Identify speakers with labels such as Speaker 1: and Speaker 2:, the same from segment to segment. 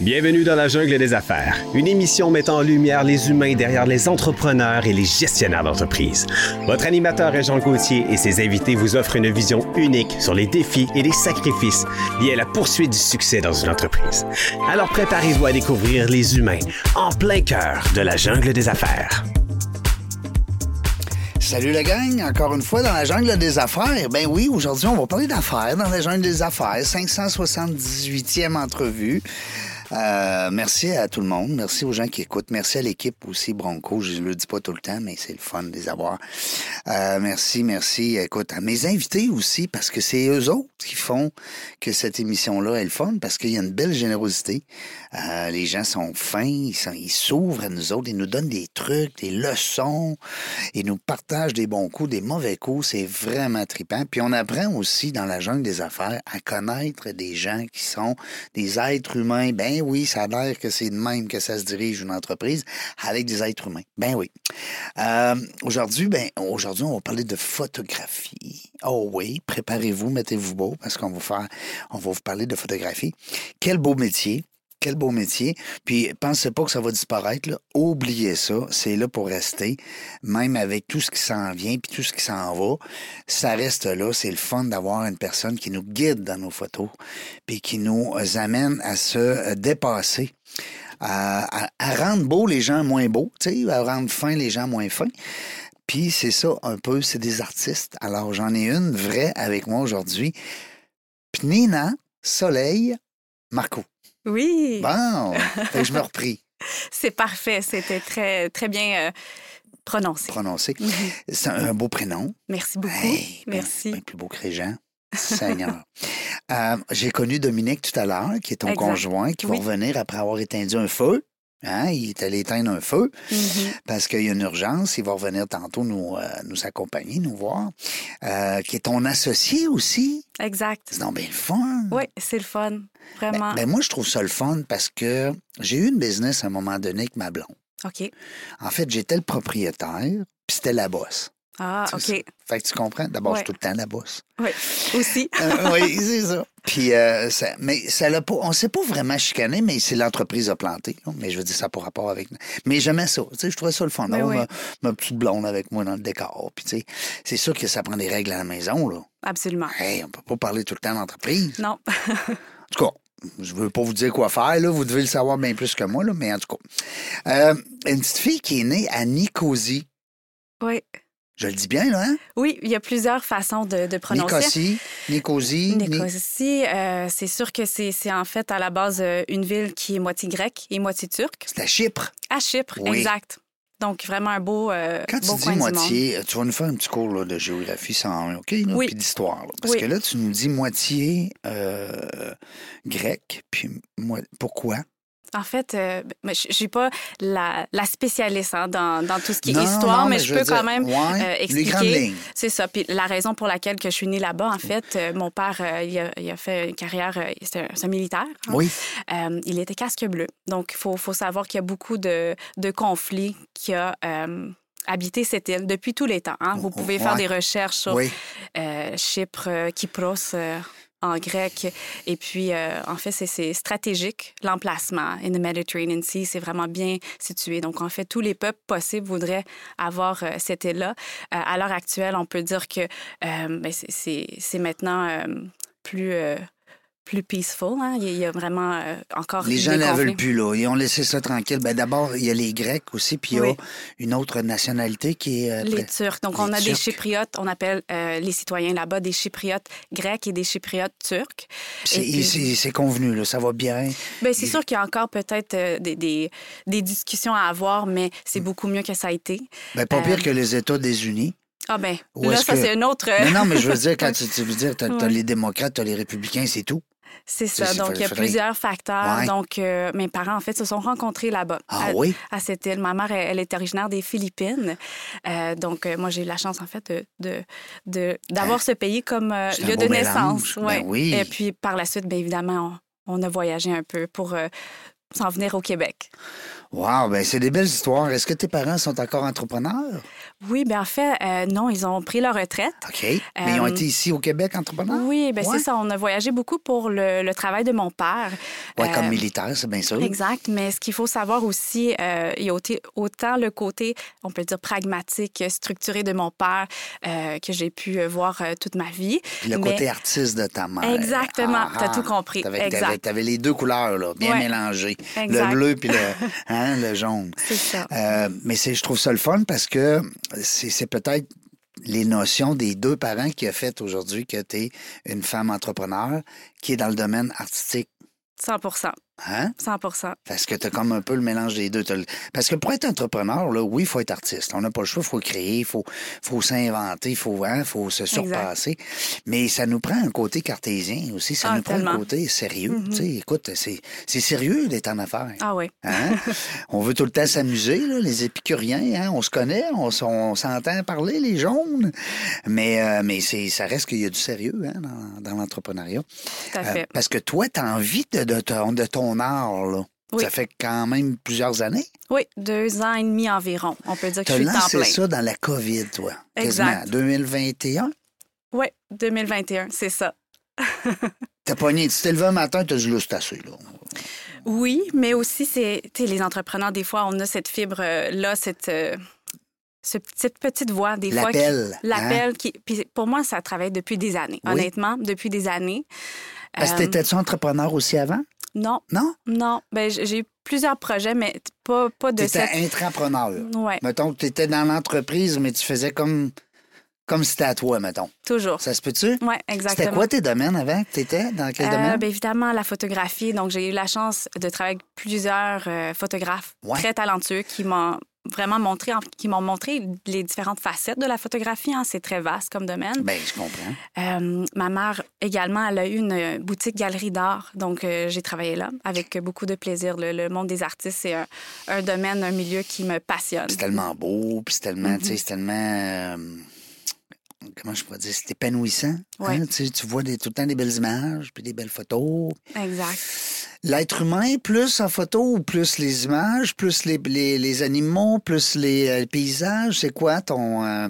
Speaker 1: Bienvenue dans la jungle des affaires, une émission mettant en lumière les humains derrière les entrepreneurs et les gestionnaires d'entreprise. Votre animateur est Jean Gauthier et ses invités vous offrent une vision unique sur les défis et les sacrifices liés à la poursuite du succès dans une entreprise. Alors préparez-vous à découvrir les humains en plein cœur de la jungle des affaires.
Speaker 2: Salut la gang, encore une fois dans la jungle des affaires. Ben oui, aujourd'hui on va parler d'affaires dans la jungle des affaires, 578e entrevue. Euh, merci à tout le monde, merci aux gens qui écoutent, merci à l'équipe aussi, Bronco, je le dis pas tout le temps, mais c'est le fun de les avoir. Euh, merci, merci, écoute, à mes invités aussi, parce que c'est eux autres qui font que cette émission-là est le fun, parce qu'il y a une belle générosité. Euh, les gens sont fins, ils, sont, ils s'ouvrent à nous autres, ils nous donnent des trucs, des leçons, ils nous partagent des bons coups, des mauvais coups, c'est vraiment trippant. Puis on apprend aussi dans la jungle des affaires à connaître des gens qui sont des êtres humains, ben ben oui, ça a l'air que c'est de même que ça se dirige une entreprise avec des êtres humains. Ben oui. Euh, aujourd'hui, ben, aujourd'hui, on va parler de photographie. Oh oui, préparez-vous, mettez-vous beau parce qu'on va faire, on va vous parler de photographie. Quel beau métier. Quel beau métier. Puis pensez pas que ça va disparaître. Là. Oubliez ça. C'est là pour rester. Même avec tout ce qui s'en vient puis tout ce qui s'en va, ça reste là. C'est le fun d'avoir une personne qui nous guide dans nos photos puis qui nous amène à se dépasser. À, à, à rendre beau les gens moins beaux, à rendre fin les gens moins fins. Puis c'est ça un peu, c'est des artistes. Alors j'en ai une vraie avec moi aujourd'hui. Pnina Soleil Marco.
Speaker 3: Oui.
Speaker 2: Bon, fait que je me repris.
Speaker 3: C'est parfait. C'était très, très bien euh, prononcé.
Speaker 2: Prononcé. C'est un, un beau prénom.
Speaker 3: Merci beaucoup.
Speaker 2: Hey, ben,
Speaker 3: Merci.
Speaker 2: ben plus beau que Régent. Seigneur. Euh, J'ai connu Dominique tout à l'heure, qui est ton
Speaker 3: Exact.
Speaker 2: conjoint, qui
Speaker 3: Oui.
Speaker 2: va revenir après avoir étendu un feu. Hein, il est allé éteindre un feu
Speaker 3: Mhm.
Speaker 2: parce qu'il y a une urgence. Il va revenir tantôt nous, euh, nous accompagner, nous voir. Euh, qui est ton associé aussi.
Speaker 3: Exact.
Speaker 2: ben. C'est donc bien le fun.
Speaker 3: Oui, c'est le fun.
Speaker 2: Ben-
Speaker 3: Vraiment.
Speaker 2: ben moi, je trouve ça le fun parce que j'ai eu une business à un moment donné avec ma blonde.
Speaker 3: OK.
Speaker 2: En fait, j'étais le propriétaire, puis c'était la bosse.
Speaker 3: Ah,
Speaker 2: C'est
Speaker 3: OK.
Speaker 2: Fait que tu comprends? D'abord, je suis tout
Speaker 3: Ouais.
Speaker 2: le temps la bosse.
Speaker 3: Oui. Aussi.
Speaker 2: Euh, oui, c'est ça. Puis, euh, ça- mais ça l'a pas, on s'est pas vraiment chicané, mais c'est l'entreprise a planté. là. Mais je veux dire, ça n'a pas rapport avec. Mais j'aimais ça. Tu sais, je trouvais ça le fun.
Speaker 3: Ben
Speaker 2: d'avoir
Speaker 3: oui.
Speaker 2: ma, ma petite blonde avec moi dans le décor. Puis, tu sais, c'est sûr que ça prend des règles à la maison, là.
Speaker 3: Absolument.
Speaker 2: Hey, on peut pas parler tout le temps d'entreprise.
Speaker 3: Non.
Speaker 2: En tout cas, je veux pas vous dire quoi faire, là. Vous devez le savoir bien plus que moi, là. Mais en tout cas. Euh, une petite fille qui est née à Nicosie.
Speaker 3: Oui.
Speaker 2: Je le dis bien, là, hein?
Speaker 3: Oui, il y a plusieurs façons de, de prononcer.
Speaker 2: Nicosie, Nicosie, Ni-
Speaker 3: Nicosie, euh, c'est sûr que c'est c'est en fait à la base euh, une ville qui est moitié grecque et moitié turque.
Speaker 2: C'est à Chypre.
Speaker 3: À Chypre,
Speaker 2: Oui.
Speaker 3: exact. Donc vraiment un beau, euh,
Speaker 2: Quand tu
Speaker 3: beau
Speaker 2: dis
Speaker 3: coin du monde.
Speaker 2: moitié, tu vas nous faire un petit cours là, de géographie 101, OK? Là,
Speaker 3: Oui.
Speaker 2: Puis d'histoire. là. Parce
Speaker 3: Oui.
Speaker 2: que là, tu nous dis moitié euh, grec, puis moi, pourquoi?
Speaker 3: En fait, euh, ben, moi, je je suis pas la, la spécialiste hein, dans, dans tout ce qui est
Speaker 2: Non,
Speaker 3: histoire,
Speaker 2: non,
Speaker 3: mais,
Speaker 2: mais
Speaker 3: je
Speaker 2: je
Speaker 3: peux
Speaker 2: veux dire,
Speaker 3: quand même
Speaker 2: ouais,
Speaker 3: euh,
Speaker 2: les
Speaker 3: expliquer.
Speaker 2: grandes lignes.
Speaker 3: C'est ça. Puis la raison pour laquelle que je suis née là-bas, en fait, euh, mon père, euh, il, a, il a fait une carrière, euh, c'est un, c'est un militaire. hein.
Speaker 2: Oui.
Speaker 3: Euh, il était casque bleu. Donc, il faut, faut savoir qu'il y a beaucoup de, de conflits qui a euh, habité cette île depuis tous les temps. hein. Vous pouvez faire
Speaker 2: Ouais.
Speaker 3: des recherches sur
Speaker 2: Oui.
Speaker 3: euh, Chypre, euh, Kypros euh, en grec. Et puis, euh, en fait, c'est- c'est stratégique, l'emplacement. In the Mediterranean Sea, c'est vraiment bien situé. Donc, en fait, tous les peuples possibles voudraient avoir euh, cette île-là. Euh, à l'heure actuelle, on peut dire que euh, ben, c'est- c'est c'est maintenant euh, plus... euh, plus peaceful, hein. il y a- il y a vraiment euh, encore
Speaker 2: Les gens
Speaker 3: des
Speaker 2: ne la
Speaker 3: conflits.
Speaker 2: veulent plus, là. Ils ont laissé ça tranquille. Ben, D'abord, il y a les Grecs aussi, puis il y a
Speaker 3: Oui.
Speaker 2: une autre nationalité qui est. euh, près-
Speaker 3: Les Turcs. Donc,
Speaker 2: Les
Speaker 3: on a des
Speaker 2: Turcs.
Speaker 3: Chypriotes, on appelle euh, les citoyens là-bas des Chypriotes grecs et des Chypriotes turcs.
Speaker 2: Puis c'est-
Speaker 3: Et puis-
Speaker 2: c'est- C'est convenu, là. Ça va bien.
Speaker 3: Bien, Ben, c'est sûr qu'il y a encore peut-être euh, des, des- des discussions à avoir, mais
Speaker 2: Mm.
Speaker 3: c'est beaucoup mieux que ça a été.
Speaker 2: Ben, pas
Speaker 3: Euh,
Speaker 2: pire que les États des Unis.
Speaker 3: Ah ben,
Speaker 2: Où
Speaker 3: là,
Speaker 2: est-ce
Speaker 3: ça,
Speaker 2: que-
Speaker 3: c'est une autre...
Speaker 2: Non, non, mais je veux dire, quand tu, tu veux dire, t'as t'as
Speaker 3: euh, Ouais.
Speaker 2: les démocrates, t'as les républicains, c'est tout.
Speaker 3: C'est
Speaker 2: c'est-
Speaker 3: ça.
Speaker 2: c'est-
Speaker 3: Donc, il y a
Speaker 2: faudrait-
Speaker 3: plusieurs facteurs.
Speaker 2: Ouais.
Speaker 3: Donc, euh, mes parents, en fait, se sont rencontrés là-bas.
Speaker 2: Ah
Speaker 3: à,
Speaker 2: oui?
Speaker 3: à cette île. Ma mère, elle, elle est originaire des Philippines. Euh, donc, euh, moi, j'ai eu la chance, en fait, d'avoir de, de, d'avoir ce pays comme euh,
Speaker 2: Ben, C'est un
Speaker 3: lieu
Speaker 2: beau
Speaker 3: de
Speaker 2: mélange.
Speaker 3: naissance.
Speaker 2: Ben oui.
Speaker 3: Et puis, ben, par la suite, bien évidemment, on, on a voyagé un peu pour euh, s'en venir au Québec.
Speaker 2: Wow, ben c'est des belles histoires. Est-ce que tes parents sont encore entrepreneurs?
Speaker 3: Oui, bien en fait, euh, non, ils ont pris leur retraite.
Speaker 2: OK. Mais ils ont
Speaker 3: Euh,
Speaker 2: été ici au Québec entrepreneurs?
Speaker 3: Oui, ben
Speaker 2: Ah, Ouais.
Speaker 3: c'est ça. On a voyagé beaucoup pour le, le travail de mon père.
Speaker 2: Ouais, comme
Speaker 3: Euh,
Speaker 2: militaire, c'est bien sûr.
Speaker 3: Exact, mais ce qu'il faut savoir aussi, euh, il y a auté- autant le côté, on peut dire, pragmatique, structuré de mon père euh, que j'ai pu euh, voir euh, toute ma vie.
Speaker 2: Puis le
Speaker 3: mais-
Speaker 2: côté artiste de ta mère.
Speaker 3: Exactement, t'as tout compris.
Speaker 2: ah, T'avais,
Speaker 3: Exact.
Speaker 2: t'avais- t'avais les deux couleurs, là, bien
Speaker 3: Ouais.
Speaker 2: mélangées.
Speaker 3: Exact.
Speaker 2: Le bleu puis le, hein, le jaune.
Speaker 3: C'est ça.
Speaker 2: Euh, mais c'est, je trouve ça le fun parce que c'est, c'est peut-être les notions des deux parents qui a fait aujourd'hui que tu es une femme entrepreneur qui est dans le domaine artistique.
Speaker 3: 100
Speaker 2: Hein?
Speaker 3: 100
Speaker 2: Parce que tu as comme un peu le mélange des deux. T'as le- Parce que pour être entrepreneur, là, oui, il faut être artiste. On n'a pas le choix, il faut créer, il faut, faut s'inventer, il faut, hein, faut se surpasser. Mais ça nous prend un côté cartésien aussi. Ça
Speaker 3: Ah,
Speaker 2: nous prend un
Speaker 3: tellement.
Speaker 2: côté sérieux.
Speaker 3: Mhm.
Speaker 2: Tu sais, Écoute, c'est c'est sérieux d'être en affaires.
Speaker 3: Ah oui.
Speaker 2: Hein? on veut tout le temps s'amuser, là, les épicuriens. hein, On se connaît, on, s- on s'entend parler, les jaunes. Mais, euh, mais c'est, ça reste qu'il y a du sérieux hein, dans, dans l'entrepreneuriat.
Speaker 3: Tout à
Speaker 2: Euh,
Speaker 3: fait.
Speaker 2: parce que toi, tu as envie de, de ton, de ton art. Là.
Speaker 3: Oui.
Speaker 2: Ça fait quand même plusieurs années.
Speaker 3: Oui, deux ans et demi environ. On peut dire
Speaker 2: Tu
Speaker 3: que je
Speaker 2: as
Speaker 3: suis temps
Speaker 2: lancé
Speaker 3: plein.
Speaker 2: ça dans la COVID, toi.
Speaker 3: Exact.
Speaker 2: Quasiment. 2021.
Speaker 3: Oui, 2021, c'est ça.
Speaker 2: T'as pogné, tu t'es levé un matin, t'as dit, là, c'est assez, là.
Speaker 3: Oui, mais aussi, c'est tu sais, les entrepreneurs, des fois, on a cette fibre-là, cette, euh, ce- cette petite voix, des fois. qui-
Speaker 2: L'appel, hein?
Speaker 3: L'appel. qui- Puis pour moi, ça travaille depuis des années,
Speaker 2: Oui.
Speaker 3: honnêtement, depuis des années.
Speaker 2: hein? Parce que
Speaker 3: Euh,
Speaker 2: t'étais-tu entrepreneur aussi avant?
Speaker 3: Non,
Speaker 2: Non?
Speaker 3: non. Ben, j- j'ai eu plusieurs projets, mais t- pas, pas de
Speaker 2: T'étais
Speaker 3: cette...
Speaker 2: intrapreneur.
Speaker 3: Ouais,
Speaker 2: Mettons que t'étais dans l'entreprise, mais tu faisais comme, comme si c'était à toi, mettons.
Speaker 3: toujours.
Speaker 2: Ça se peut-tu?
Speaker 3: Ouais,
Speaker 2: C'était
Speaker 3: exactement.
Speaker 2: quoi tes domaines avant? T'étais dans quel
Speaker 3: Euh,
Speaker 2: domaine?
Speaker 3: ben, évidemment, la photographie. Donc, j'ai eu la chance de travailler avec plusieurs euh, photographes
Speaker 2: Ouais.
Speaker 3: très talentueux qui m'ont vraiment montré, en- qui m'ont montré les différentes facettes de la photographie. hein. C'est très vaste comme domaine.
Speaker 2: Ben, je comprends.
Speaker 3: Euh, ma mère également, elle a eu une euh, boutique galerie d'art. Donc, euh, j'ai travaillé là avec beaucoup de plaisir. Le, le monde des artistes, c'est un, un domaine, un milieu qui me passionne.
Speaker 2: C'est tellement beau, puis c'est tellement, tu sais, c'est tellement. euh, Comment je pourrais dire? C'est épanouissant.
Speaker 3: Ouais.
Speaker 2: hein, tu sais, tu vois des, tout le temps des belles images, puis des belles photos.
Speaker 3: Exact.
Speaker 2: L'être humain, plus en photo, ou plus les images, plus les, les, les animaux, plus les, euh, paysages, c'est quoi ton, euh,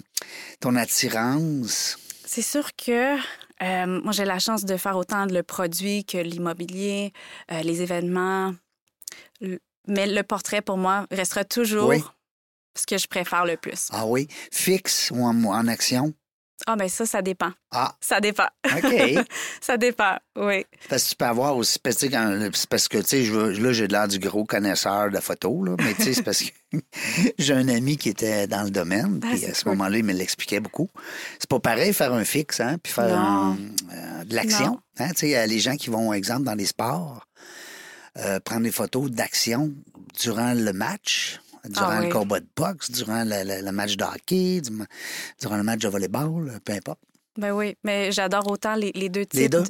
Speaker 2: ton attirance?
Speaker 3: C'est sûr que euh, moi, j'ai la chance de faire autant le produit que l'immobilier, euh, les événements. Le- Mais le portrait, pour moi, restera toujours
Speaker 2: Oui.
Speaker 3: ce que je préfère le plus.
Speaker 2: Ah oui, fixe ou en, en action?
Speaker 3: Ah, mais ça, ça dépend.
Speaker 2: Ah,
Speaker 3: Ça dépend.
Speaker 2: OK.
Speaker 3: Ça dépend, oui.
Speaker 2: Parce que tu peux avoir aussi, parce que, tu sais, quand- c'est parce que tu sais, je veux- là, j'ai l'air du gros connaisseur de photo, là, mais tu sais, c'est parce que j'ai un ami qui était dans le domaine,
Speaker 3: Ah,
Speaker 2: puis
Speaker 3: c'est
Speaker 2: à ce
Speaker 3: cool.
Speaker 2: moment-là, il me l'expliquait beaucoup. C'est pas pareil faire un fixe, hein, puis faire
Speaker 3: Non.
Speaker 2: un- euh, de l'action. Hein, tu sais, il y a les gens qui vont, exemple, dans les sports, euh, prendre des photos d'action durant le match, durant
Speaker 3: Ah
Speaker 2: le
Speaker 3: oui.
Speaker 2: combat de boxe, durant le, le- le match de hockey, du- durant le match de volleyball, peu importe.
Speaker 3: Ben oui, mais j'adore autant les, les deux types.
Speaker 2: Les deux.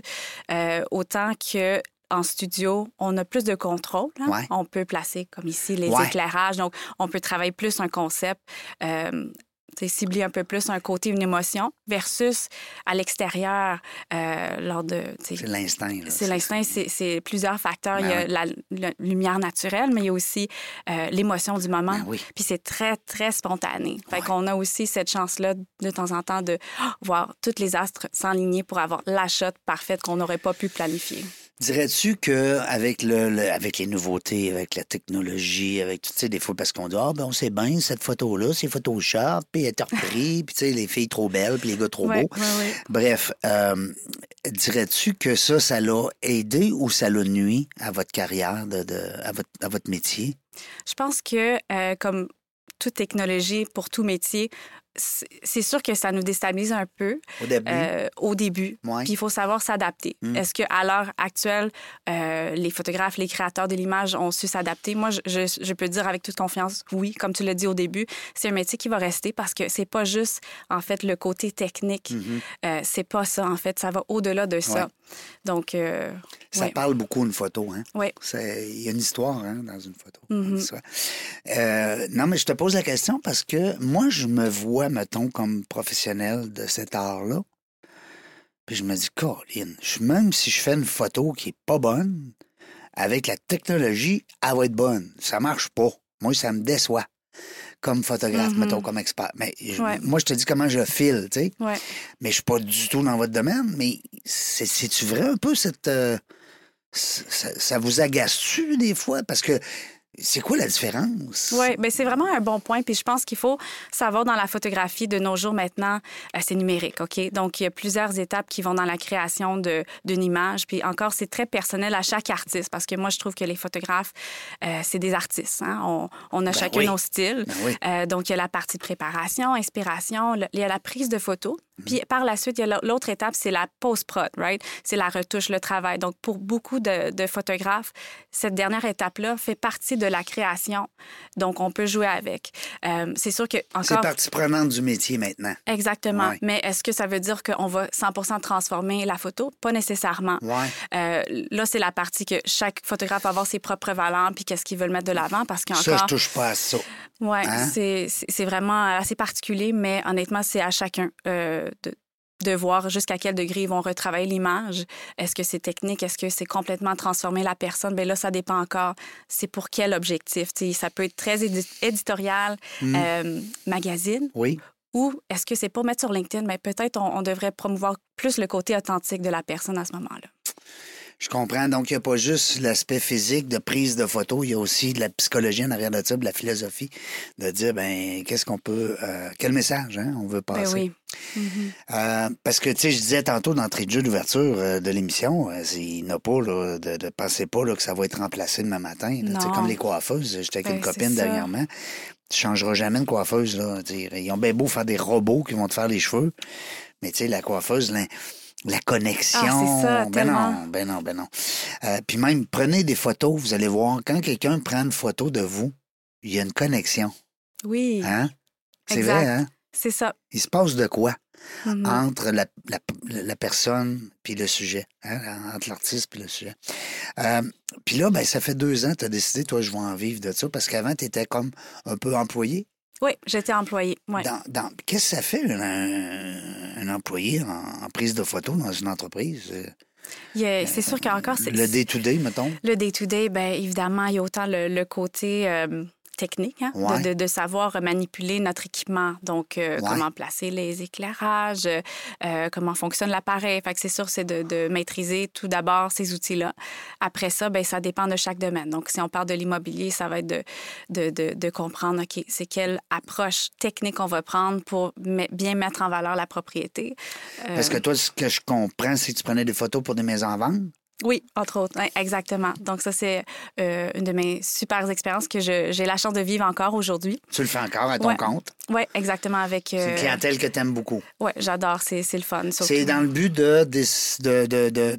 Speaker 3: euh, autant que en studio, on a plus de contrôle. hein.
Speaker 2: Ouais.
Speaker 3: On peut placer, comme ici, les
Speaker 2: Ouais.
Speaker 3: éclairages. Donc, on peut travailler plus un concept, euh, tu sais, cibler un peu plus un côté, une émotion, versus à l'extérieur, euh, lors de... tu sais,
Speaker 2: C'est l'instinct. là.
Speaker 3: c'est l'instinct, c'est c'est plusieurs facteurs.
Speaker 2: Ben
Speaker 3: il y a la, la lumière naturelle, mais il y a aussi euh, l'émotion du moment.
Speaker 2: Ben oui.
Speaker 3: Puis c'est très, très spontané. Fait
Speaker 2: Ouais.
Speaker 3: qu'on a aussi cette chance-là de temps en temps de ah, voir toutes les astres s'enligner pour avoir la shot parfaite qu'on n'aurait pas pu planifier.
Speaker 2: Dirais-tu que avec le, le- avec les nouveautés, avec la technologie, avec tu sais des fois parce qu'on dit ah ben on sait bien cette photo là, c'est Photoshop, puis elle est reprise, puis tu sais les filles trop belles, puis les gars trop
Speaker 3: Ouais,
Speaker 2: beaux.
Speaker 3: ouais, ouais.
Speaker 2: Bref, euh, dirais-tu que ça ça l'a aidé ou ça l'a nuit à votre carrière de, de- à votre à votre métier
Speaker 3: Je pense que, euh, comme toute technologie pour tout métier, c'est c'est sûr que ça nous déstabilise un peu
Speaker 2: au début
Speaker 3: euh, au début.
Speaker 2: Ouais.
Speaker 3: Puis il faut savoir s'adapter.
Speaker 2: Mm.
Speaker 3: Est-ce qu'à l'heure actuelle, euh, les photographes, les créateurs de l'image ont su s'adapter? Moi, je, je- je peux dire avec toute confiance, oui, comme tu l'as dit au début, c'est un métier qui va rester parce que c'est pas juste, en fait, le côté technique.
Speaker 2: Mhm.
Speaker 3: Euh, c'est pas ça, en fait. Ça va au-delà de ça.
Speaker 2: Ouais.
Speaker 3: Donc, euh,
Speaker 2: Ça
Speaker 3: ouais.
Speaker 2: parle beaucoup une photo, hein?
Speaker 3: Ouais.
Speaker 2: C'est- Il y a une histoire hein, dans une photo.
Speaker 3: Mhm.
Speaker 2: Une histoire. Euh, non, mais je te pose la question parce que moi, je me vois, mettons, comme professionnel de cet art-là. Puis je me dis, Colin, je- même si je fais une photo qui est pas bonne, avec la technologie, elle va être bonne. Ça marche pas. Moi, ça me déçoit comme photographe,
Speaker 3: Mhm.
Speaker 2: mettons, comme expert. Mais je-
Speaker 3: Ouais.
Speaker 2: moi, je te dis comment je file, tu sais.
Speaker 3: Ouais.
Speaker 2: Mais je suis pas du tout dans votre domaine. Mais c'est- c'est-tu vrai un peu cette. euh, c- ça, ça vous agace-tu des fois? Parce que c'est quoi la différence?
Speaker 3: Oui, ben c'est vraiment un bon point. Puis je pense qu'il faut savoir dans la photographie de nos jours maintenant, euh, c'est numérique, OK? Donc, il y a plusieurs étapes qui vont dans la création de- d'une image. Puis encore, c'est très personnel à chaque artiste parce que moi, je trouve que les photographes, euh, c'est des artistes. hein. On, on a chacun
Speaker 2: oui.
Speaker 3: nos styles.
Speaker 2: Ben oui.
Speaker 3: Euh, donc, il y a la partie de préparation, inspiration, le- il y a la prise de photo.
Speaker 2: Mhm.
Speaker 3: Puis par la suite, il y a l'au- l'autre étape, c'est la post-prod, right? C'est la retouche, le travail. Donc, pour beaucoup de, de photographes, cette dernière étape-là fait partie de la création. Donc, on peut jouer avec. Euh, c'est sûr que,
Speaker 2: C'est
Speaker 3: encore,
Speaker 2: partie prenante du métier maintenant.
Speaker 3: Exactement.
Speaker 2: Ouais.
Speaker 3: Mais est-ce que ça veut dire qu'on va 100 transformer la photo? Pas nécessairement.
Speaker 2: Ouais.
Speaker 3: Euh, là, c'est la partie que chaque photographe va avoir ses propres valeurs puis qu'est-ce qu'ils veulent mettre de l'avant parce
Speaker 2: Ça, je
Speaker 3: qu'encore,
Speaker 2: touche pas à ça.
Speaker 3: ouais,
Speaker 2: Hein?
Speaker 3: c'est- c'est c'est vraiment assez particulier, mais honnêtement, c'est à chacun euh, de, de voir jusqu'à quel degré ils vont retravailler l'image. Est-ce que c'est technique? Est-ce que c'est complètement transformer la personne? Bien là, ça dépend encore. C'est pour quel objectif? Tu sais, ça peut être très édi- éditorial,
Speaker 2: Mmh.
Speaker 3: euh, magazine.
Speaker 2: Oui.
Speaker 3: Ou est-ce que c'est pour mettre sur LinkedIn? Mais peut-être on, on devrait promouvoir plus le côté authentique de la personne à ce moment-là.
Speaker 2: Je comprends. Donc, il n'y a pas juste l'aspect physique de prise de photo, il y a aussi de la psychologie en arrière de ça, de la philosophie, de dire, ben, qu'est-ce qu'on peut, euh, quel message hein, on veut passer.
Speaker 3: Ben oui.
Speaker 2: Euh, parce que, tu sais, je disais tantôt d'entrée de jeu d'ouverture euh, de l'émission, euh, c'est- il n'a pas, là, de, de pensez pas là, que ça va être remplacé demain matin. là. Tu sais,
Speaker 3: Non.
Speaker 2: comme les coiffeuses, j'étais avec
Speaker 3: Ben,
Speaker 2: une
Speaker 3: c'est
Speaker 2: copine
Speaker 3: ça.
Speaker 2: dernièrement. Tu changeras jamais une coiffeuse, là. Je veux dire, Ils ont bien beau faire des robots qui vont te faire les cheveux, mais tu sais, la coiffeuse, la, la connexion.
Speaker 3: Ah, c'est ça,
Speaker 2: ben
Speaker 3: tellement.
Speaker 2: non, ben non, ben non. Euh, puis même, prenez des photos, vous allez voir, quand quelqu'un prend une photo de vous, il y a une connexion.
Speaker 3: Oui,
Speaker 2: Hein? C'est
Speaker 3: Exact.
Speaker 2: vrai, hein?
Speaker 3: c'est ça.
Speaker 2: Il se passe de quoi?
Speaker 3: Mhm.
Speaker 2: entre la, la- la personne puis le sujet, hein, entre l'artiste puis le sujet. Euh, puis là, ben, ça fait deux ans que tu as décidé, toi, je vais en vivre de ça, parce qu'avant, tu étais comme un peu employé.
Speaker 3: Oui, j'étais employée. Ouais.
Speaker 2: Dans, dans- Qu'est-ce que ça fait, un, un employé en, en prise de photo dans une entreprise? Euh,
Speaker 3: Il y a- C'est sûr qu'encore, c'est
Speaker 2: Le day-to-day, mettons.
Speaker 3: le day-to-day, ben, évidemment, il y a autant le, le côté euh, technique, hein, de-
Speaker 2: Ouais.
Speaker 3: de, de savoir manipuler notre équipement. Donc, euh,
Speaker 2: Ouais.
Speaker 3: comment placer les éclairages, euh, euh, comment fonctionne l'appareil. Fait que c'est sûr, c'est de, de maîtriser tout d'abord ces outils-là. Après ça, ben, ça dépend de chaque domaine. Donc, si on parle de l'immobilier, ça va être de, de, de- de comprendre, OK, c'est quelle approche technique on va prendre pour me- bien mettre en valeur la propriété. Euh,
Speaker 2: Parce que toi, ce que je comprends, c'est que tu prenais des photos pour des maisons en vente.
Speaker 3: oui, entre autres, Ouais, exactement. Donc ça, c'est euh, une de mes super expériences que je- j'ai la chance de vivre encore aujourd'hui.
Speaker 2: Tu le fais encore à ton
Speaker 3: Ouais.
Speaker 2: compte.
Speaker 3: Oui, exactement, avec...
Speaker 2: C'est une
Speaker 3: euh,
Speaker 2: clientèle que tu aimes beaucoup.
Speaker 3: ouais, j'adore, c'est c'est le fun. surtout.
Speaker 2: C'est dans le but de. de, de, de- de-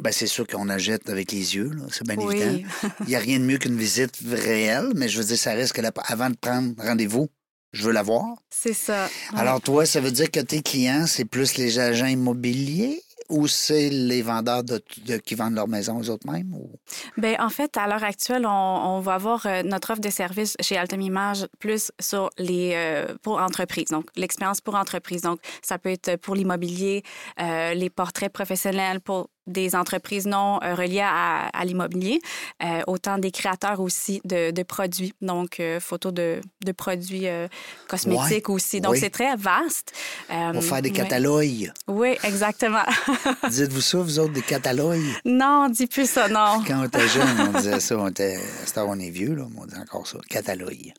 Speaker 2: ben, c'est sûr qu'on achète avec les yeux, là, c'est bien
Speaker 3: Oui.
Speaker 2: évident. Il n'y a rien de mieux qu'une visite réelle, mais je veux dire, ça reste que la- avant de prendre rendez-vous, je veux la voir.
Speaker 3: C'est ça. ouais.
Speaker 2: Alors, toi, ça veut dire que tes clients, c'est plus les agents immobiliers ou c'est les vendeurs de, de- qui vendent leur maison aux autres mêmes? ou-
Speaker 3: Ben, en fait, à l'heure actuelle, on, on va avoir euh, notre offre de service chez Altem Image plus sur les euh, pour entreprise, donc l'expérience pour entreprise. Donc, ça peut être pour l'immobilier, euh, les portraits professionnels pour des entreprises non euh, reliées à, à l'immobilier, euh, autant des créateurs aussi de, de produits, donc euh, photos de, de produits euh, cosmétiques aussi. Donc,
Speaker 2: oui.
Speaker 3: c'est très vaste. Euh,
Speaker 2: Pour faire des
Speaker 3: ouais.
Speaker 2: catalogues.
Speaker 3: Oui, exactement.
Speaker 2: Dites-vous ça, vous autres, des catalogues?
Speaker 3: non, on dit plus ça, non.
Speaker 2: Quand on était jeune, on disait ça. On était... À cette heure, on est vieux, là, mais on dit encore ça. Catalogue.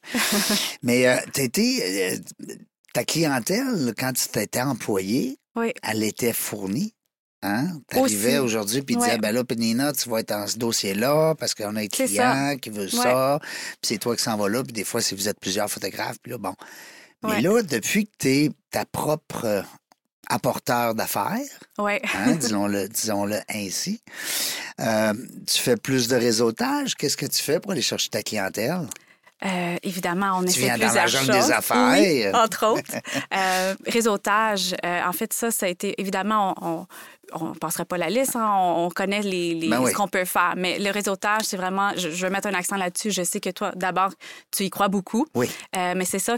Speaker 2: mais euh, t'étais, euh, ta clientèle, quand tu t'étais employé,
Speaker 3: Oui.
Speaker 2: elle était fournie. Hein? T'arrivais
Speaker 3: Aussi.
Speaker 2: aujourd'hui puis tu
Speaker 3: Ouais.
Speaker 2: disais, ben là, Penina, tu vas être dans ce dossier-là parce qu'on a un
Speaker 3: C'est
Speaker 2: client qui veut ça, puis c'est toi qui s'en vas là, puis des fois, si vous êtes plusieurs photographes, puis là, bon. Mais
Speaker 3: Ouais.
Speaker 2: là, depuis que t'es ta propre euh, apporteur d'affaires,
Speaker 3: Oui.
Speaker 2: hein, disons-le disons-le ainsi. Euh, tu fais plus de réseautage. Qu'est-ce que tu fais pour aller chercher ta clientèle?
Speaker 3: Euh, évidemment, on
Speaker 2: Tu
Speaker 3: essaie
Speaker 2: viens dans
Speaker 3: plusieurs
Speaker 2: la jungle des
Speaker 3: choses.
Speaker 2: affaires.
Speaker 3: Oui, entre autres. Euh, réseautage, euh, en fait, ça, ça a été... Évidemment, on- on ne passerait pas la liste. hein, on, on connaît les, les-
Speaker 2: Ben oui.
Speaker 3: ce qu'on peut faire. Mais le réseautage, c'est vraiment... Je, je veux mettre un accent là-dessus. Je sais que toi, d'abord, tu y crois beaucoup.
Speaker 2: Oui.
Speaker 3: Euh, mais c'est ça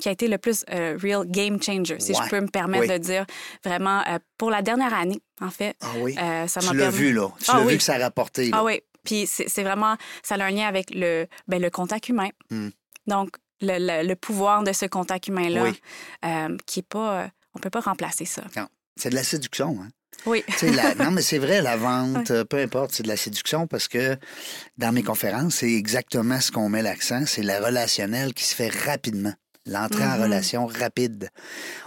Speaker 3: qui a été le plus euh, real game changer, si
Speaker 2: Ouais.
Speaker 3: je peux me permettre
Speaker 2: Oui.
Speaker 3: de dire. Vraiment, euh, pour la dernière année, en fait,
Speaker 2: Ah oui.
Speaker 3: euh, ça m'a
Speaker 2: tu l'as
Speaker 3: permis-
Speaker 2: vu, là. Tu
Speaker 3: Ah
Speaker 2: l'as
Speaker 3: oui.
Speaker 2: vu que ça a rapporté. là.
Speaker 3: ah oui, Puis c'est c'est vraiment, ça a un lien avec le, ben, le contact humain.
Speaker 2: Mm.
Speaker 3: Donc, le, le- le pouvoir de ce contact humain-là,
Speaker 2: Oui.
Speaker 3: euh, qui est pas, euh, on peut pas remplacer ça.
Speaker 2: C'est de la séduction, hein?
Speaker 3: Oui.
Speaker 2: Tu sais, la- Non, mais c'est vrai, la vente, euh, peu importe, c'est de la séduction parce que dans mes conférences, c'est exactement ce qu'on met l'accent, c'est la relationnelle qui se fait rapidement. L'entrée en
Speaker 3: Mhm.
Speaker 2: relation rapide.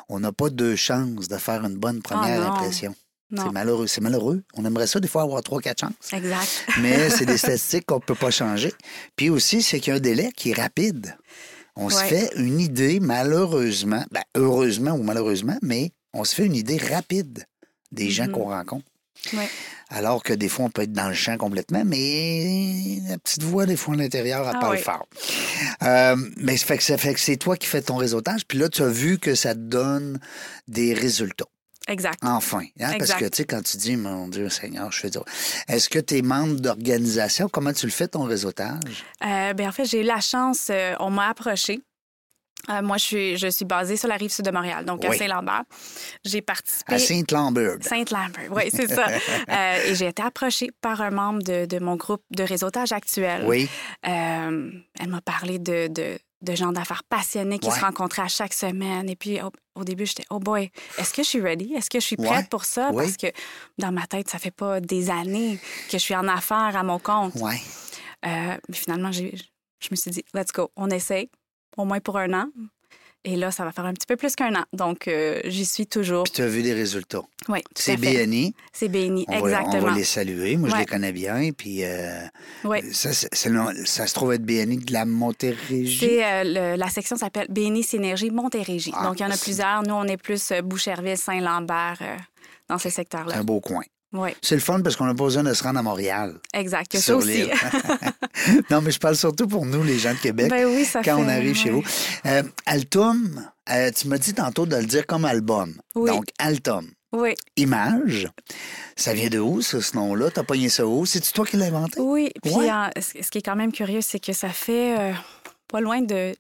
Speaker 2: On n'a pas deux chances de faire une bonne première
Speaker 3: Ah non.
Speaker 2: impression. C'est
Speaker 3: Non.
Speaker 2: malheureux. C'est malheureux. On aimerait ça des fois avoir trois, quatre chances.
Speaker 3: Exact.
Speaker 2: Mais c'est des statistiques qu'on ne peut pas changer. Puis aussi, c'est qu'il y a un délai qui est rapide. On se
Speaker 3: Ouais.
Speaker 2: fait une idée, malheureusement, ben, heureusement ou malheureusement, mais on se fait une idée rapide des
Speaker 3: Mm-hmm.
Speaker 2: gens qu'on rencontre.
Speaker 3: Ouais.
Speaker 2: Alors que des fois, on peut être dans le champ complètement, mais la petite voix, des fois, à l'intérieur, elle
Speaker 3: Ah
Speaker 2: parle
Speaker 3: oui.
Speaker 2: fort. Euh, mais ça fait que, ça fait que c'est toi qui fais ton réseautage, puis là, tu as vu que ça te donne des résultats.
Speaker 3: Exact.
Speaker 2: Enfin. hein, parce
Speaker 3: Exact.
Speaker 2: que, tu sais, quand tu dis, mon Dieu Seigneur, je fais dire, est-ce que tu es membre d'organisation? Comment tu le fais, ton réseautage?
Speaker 3: Euh, ben, en fait, j'ai eu la chance, euh, on m'a approché. Euh, moi, je suis, je suis basée sur la rive sud de Montréal, donc à
Speaker 2: Oui.
Speaker 3: Saint-Lambert. J'ai participé.
Speaker 2: À Saint-Lambert.
Speaker 3: Saint-Lambert, oui, c'est ça. Euh, et j'ai été approchée par un membre de, de mon groupe de réseautage actuel.
Speaker 2: Oui.
Speaker 3: Euh, elle m'a parlé de, de, de gens d'affaires passionnés qui
Speaker 2: Ouais.
Speaker 3: se rencontraient à chaque semaine. Et puis, au, au début, j'étais, oh boy, est-ce que je suis ready? Est-ce que je suis prête
Speaker 2: Ouais.
Speaker 3: pour ça?
Speaker 2: Oui.
Speaker 3: Parce que dans ma tête, ça fait pas des années que je suis en affaires à mon compte.
Speaker 2: Oui.
Speaker 3: Euh, mais finalement, j'ai- je me suis dit, let's go, on essaye, au moins pour un an. Et là, ça va faire un petit peu plus qu'un an. Donc, euh, j'y suis toujours.
Speaker 2: Puis tu as vu les résultats.
Speaker 3: Oui, tout à
Speaker 2: C'est
Speaker 3: fait.
Speaker 2: BNI.
Speaker 3: C'est béni,
Speaker 2: On va, on
Speaker 3: exactement.
Speaker 2: va les saluer. Moi, je
Speaker 3: Ouais.
Speaker 2: les connais bien. Puis euh,
Speaker 3: Ouais.
Speaker 2: ça, c'est- c'est le- ça se trouve être BNI de la Montérégie.
Speaker 3: C'est, euh, le- la section s'appelle Béni Synergie Montérégie.
Speaker 2: Ah,
Speaker 3: Donc, il y en a
Speaker 2: c'est-
Speaker 3: plusieurs. Nous, on est plus euh, Boucherville, Saint-Lambert, euh, dans ces
Speaker 2: C'est
Speaker 3: secteurs-là.
Speaker 2: un beau coin.
Speaker 3: Oui,
Speaker 2: C'est le fun parce qu'on n'a pas besoin de se rendre à Montréal.
Speaker 3: exact. Il y a ça
Speaker 2: sur
Speaker 3: aussi.
Speaker 2: l'île. non, mais je parle surtout pour nous, les gens de Québec.
Speaker 3: ben oui, ça
Speaker 2: quand
Speaker 3: fait-
Speaker 2: on arrive chez
Speaker 3: ouais.
Speaker 2: vous. Euh, Altum, euh, tu m'as dit tantôt de le dire comme album.
Speaker 3: Oui.
Speaker 2: Donc, Altum.
Speaker 3: Oui,
Speaker 2: Image, ça vient de où, ça, ce nom-là? T'as pogné ça où? C'est-tu toi qui l'as inventé?
Speaker 3: oui. Puis,
Speaker 2: Ouais.
Speaker 3: euh, ce ce qui est quand même curieux, c'est que ça fait euh, pas loin de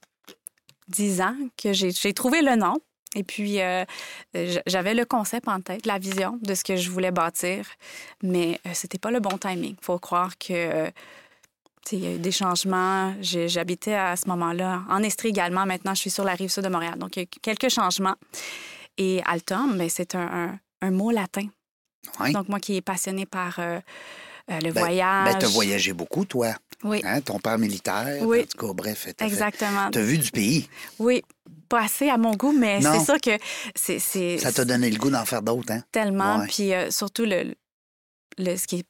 Speaker 3: 10 ans que j'ai j'ai trouvé le nom. Et puis, euh, j- j'avais le concept en tête, la vision de ce que je voulais bâtir, mais euh, c'était pas le bon timing. faut croire que euh, tu sais, il y a eu des changements. J'ai- J'habitais à ce moment-là en Estrie également. Maintenant, je suis sur la rive sud de Montréal. Donc, il y a eu quelques changements. Et altum, ben, c'est un, un- un mot latin.
Speaker 2: Ouais.
Speaker 3: Donc, moi qui est passionnée par euh, euh, le
Speaker 2: Ben-
Speaker 3: voyage.
Speaker 2: Ben, t'as voyagé beaucoup, toi.
Speaker 3: Oui,
Speaker 2: Hein? Ton père militaire.
Speaker 3: Oui.
Speaker 2: En tout cas, bref. t'as fait-
Speaker 3: exactement.
Speaker 2: T'as vu du pays.
Speaker 3: Oui, pas assez à mon goût, mais
Speaker 2: Non.
Speaker 3: c'est ça que c'est- c'est
Speaker 2: Ça t'a donné le goût d'en faire d'autres, hein?
Speaker 3: tellement.
Speaker 2: Ouais.
Speaker 3: Puis euh, surtout, le, le- ce qui est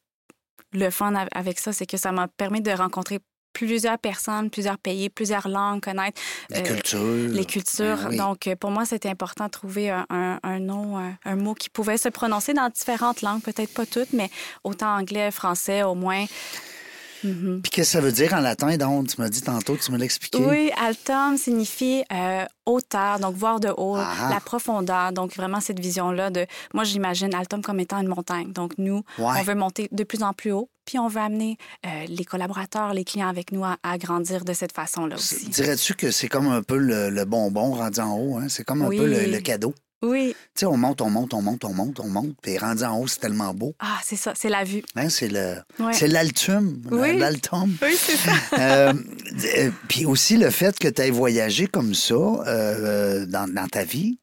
Speaker 3: le fun av- avec ça, c'est que ça m'a permis de rencontrer plusieurs personnes, plusieurs pays, plusieurs langues, connaître
Speaker 2: La
Speaker 3: euh,
Speaker 2: culture.
Speaker 3: les cultures.
Speaker 2: Ben oui.
Speaker 3: Donc, euh, pour moi, c'était important de trouver un, un- un nom, un, un mot qui pouvait se prononcer dans différentes langues, peut-être pas toutes, mais autant anglais, français, au moins. Mhm.
Speaker 2: Puis qu'est-ce que ça veut dire en latin, donc? Tu m'as dit tantôt, tu me l'as expliqué.
Speaker 3: Oui, altum signifie euh, hauteur, donc voir de haut,
Speaker 2: Ah.
Speaker 3: la profondeur. Donc vraiment cette vision-là de, moi j'imagine altum comme étant une montagne. Donc nous,
Speaker 2: Ouais.
Speaker 3: on veut monter de plus en plus haut, puis on veut amener euh, les collaborateurs, les clients avec nous à, à grandir de cette façon-là aussi.
Speaker 2: Dirais-tu que c'est comme un peu le, le bonbon rendu en haut, hein? C'est comme un
Speaker 3: Oui.
Speaker 2: peu le, le cadeau.
Speaker 3: Oui,
Speaker 2: Tu sais, on monte, on monte, on monte, on monte, on monte. Puis rendu en haut, c'est tellement beau.
Speaker 3: ah c'est ça, c'est la vue.
Speaker 2: Hein? C'est le...
Speaker 3: Ouais.
Speaker 2: C'est l'altum.
Speaker 3: Oui.
Speaker 2: L'altum.
Speaker 3: Oui, c'est ça.
Speaker 2: Euh, euh, puis aussi le fait que tu aies voyagé comme ça euh, euh, dans, dans ta vie,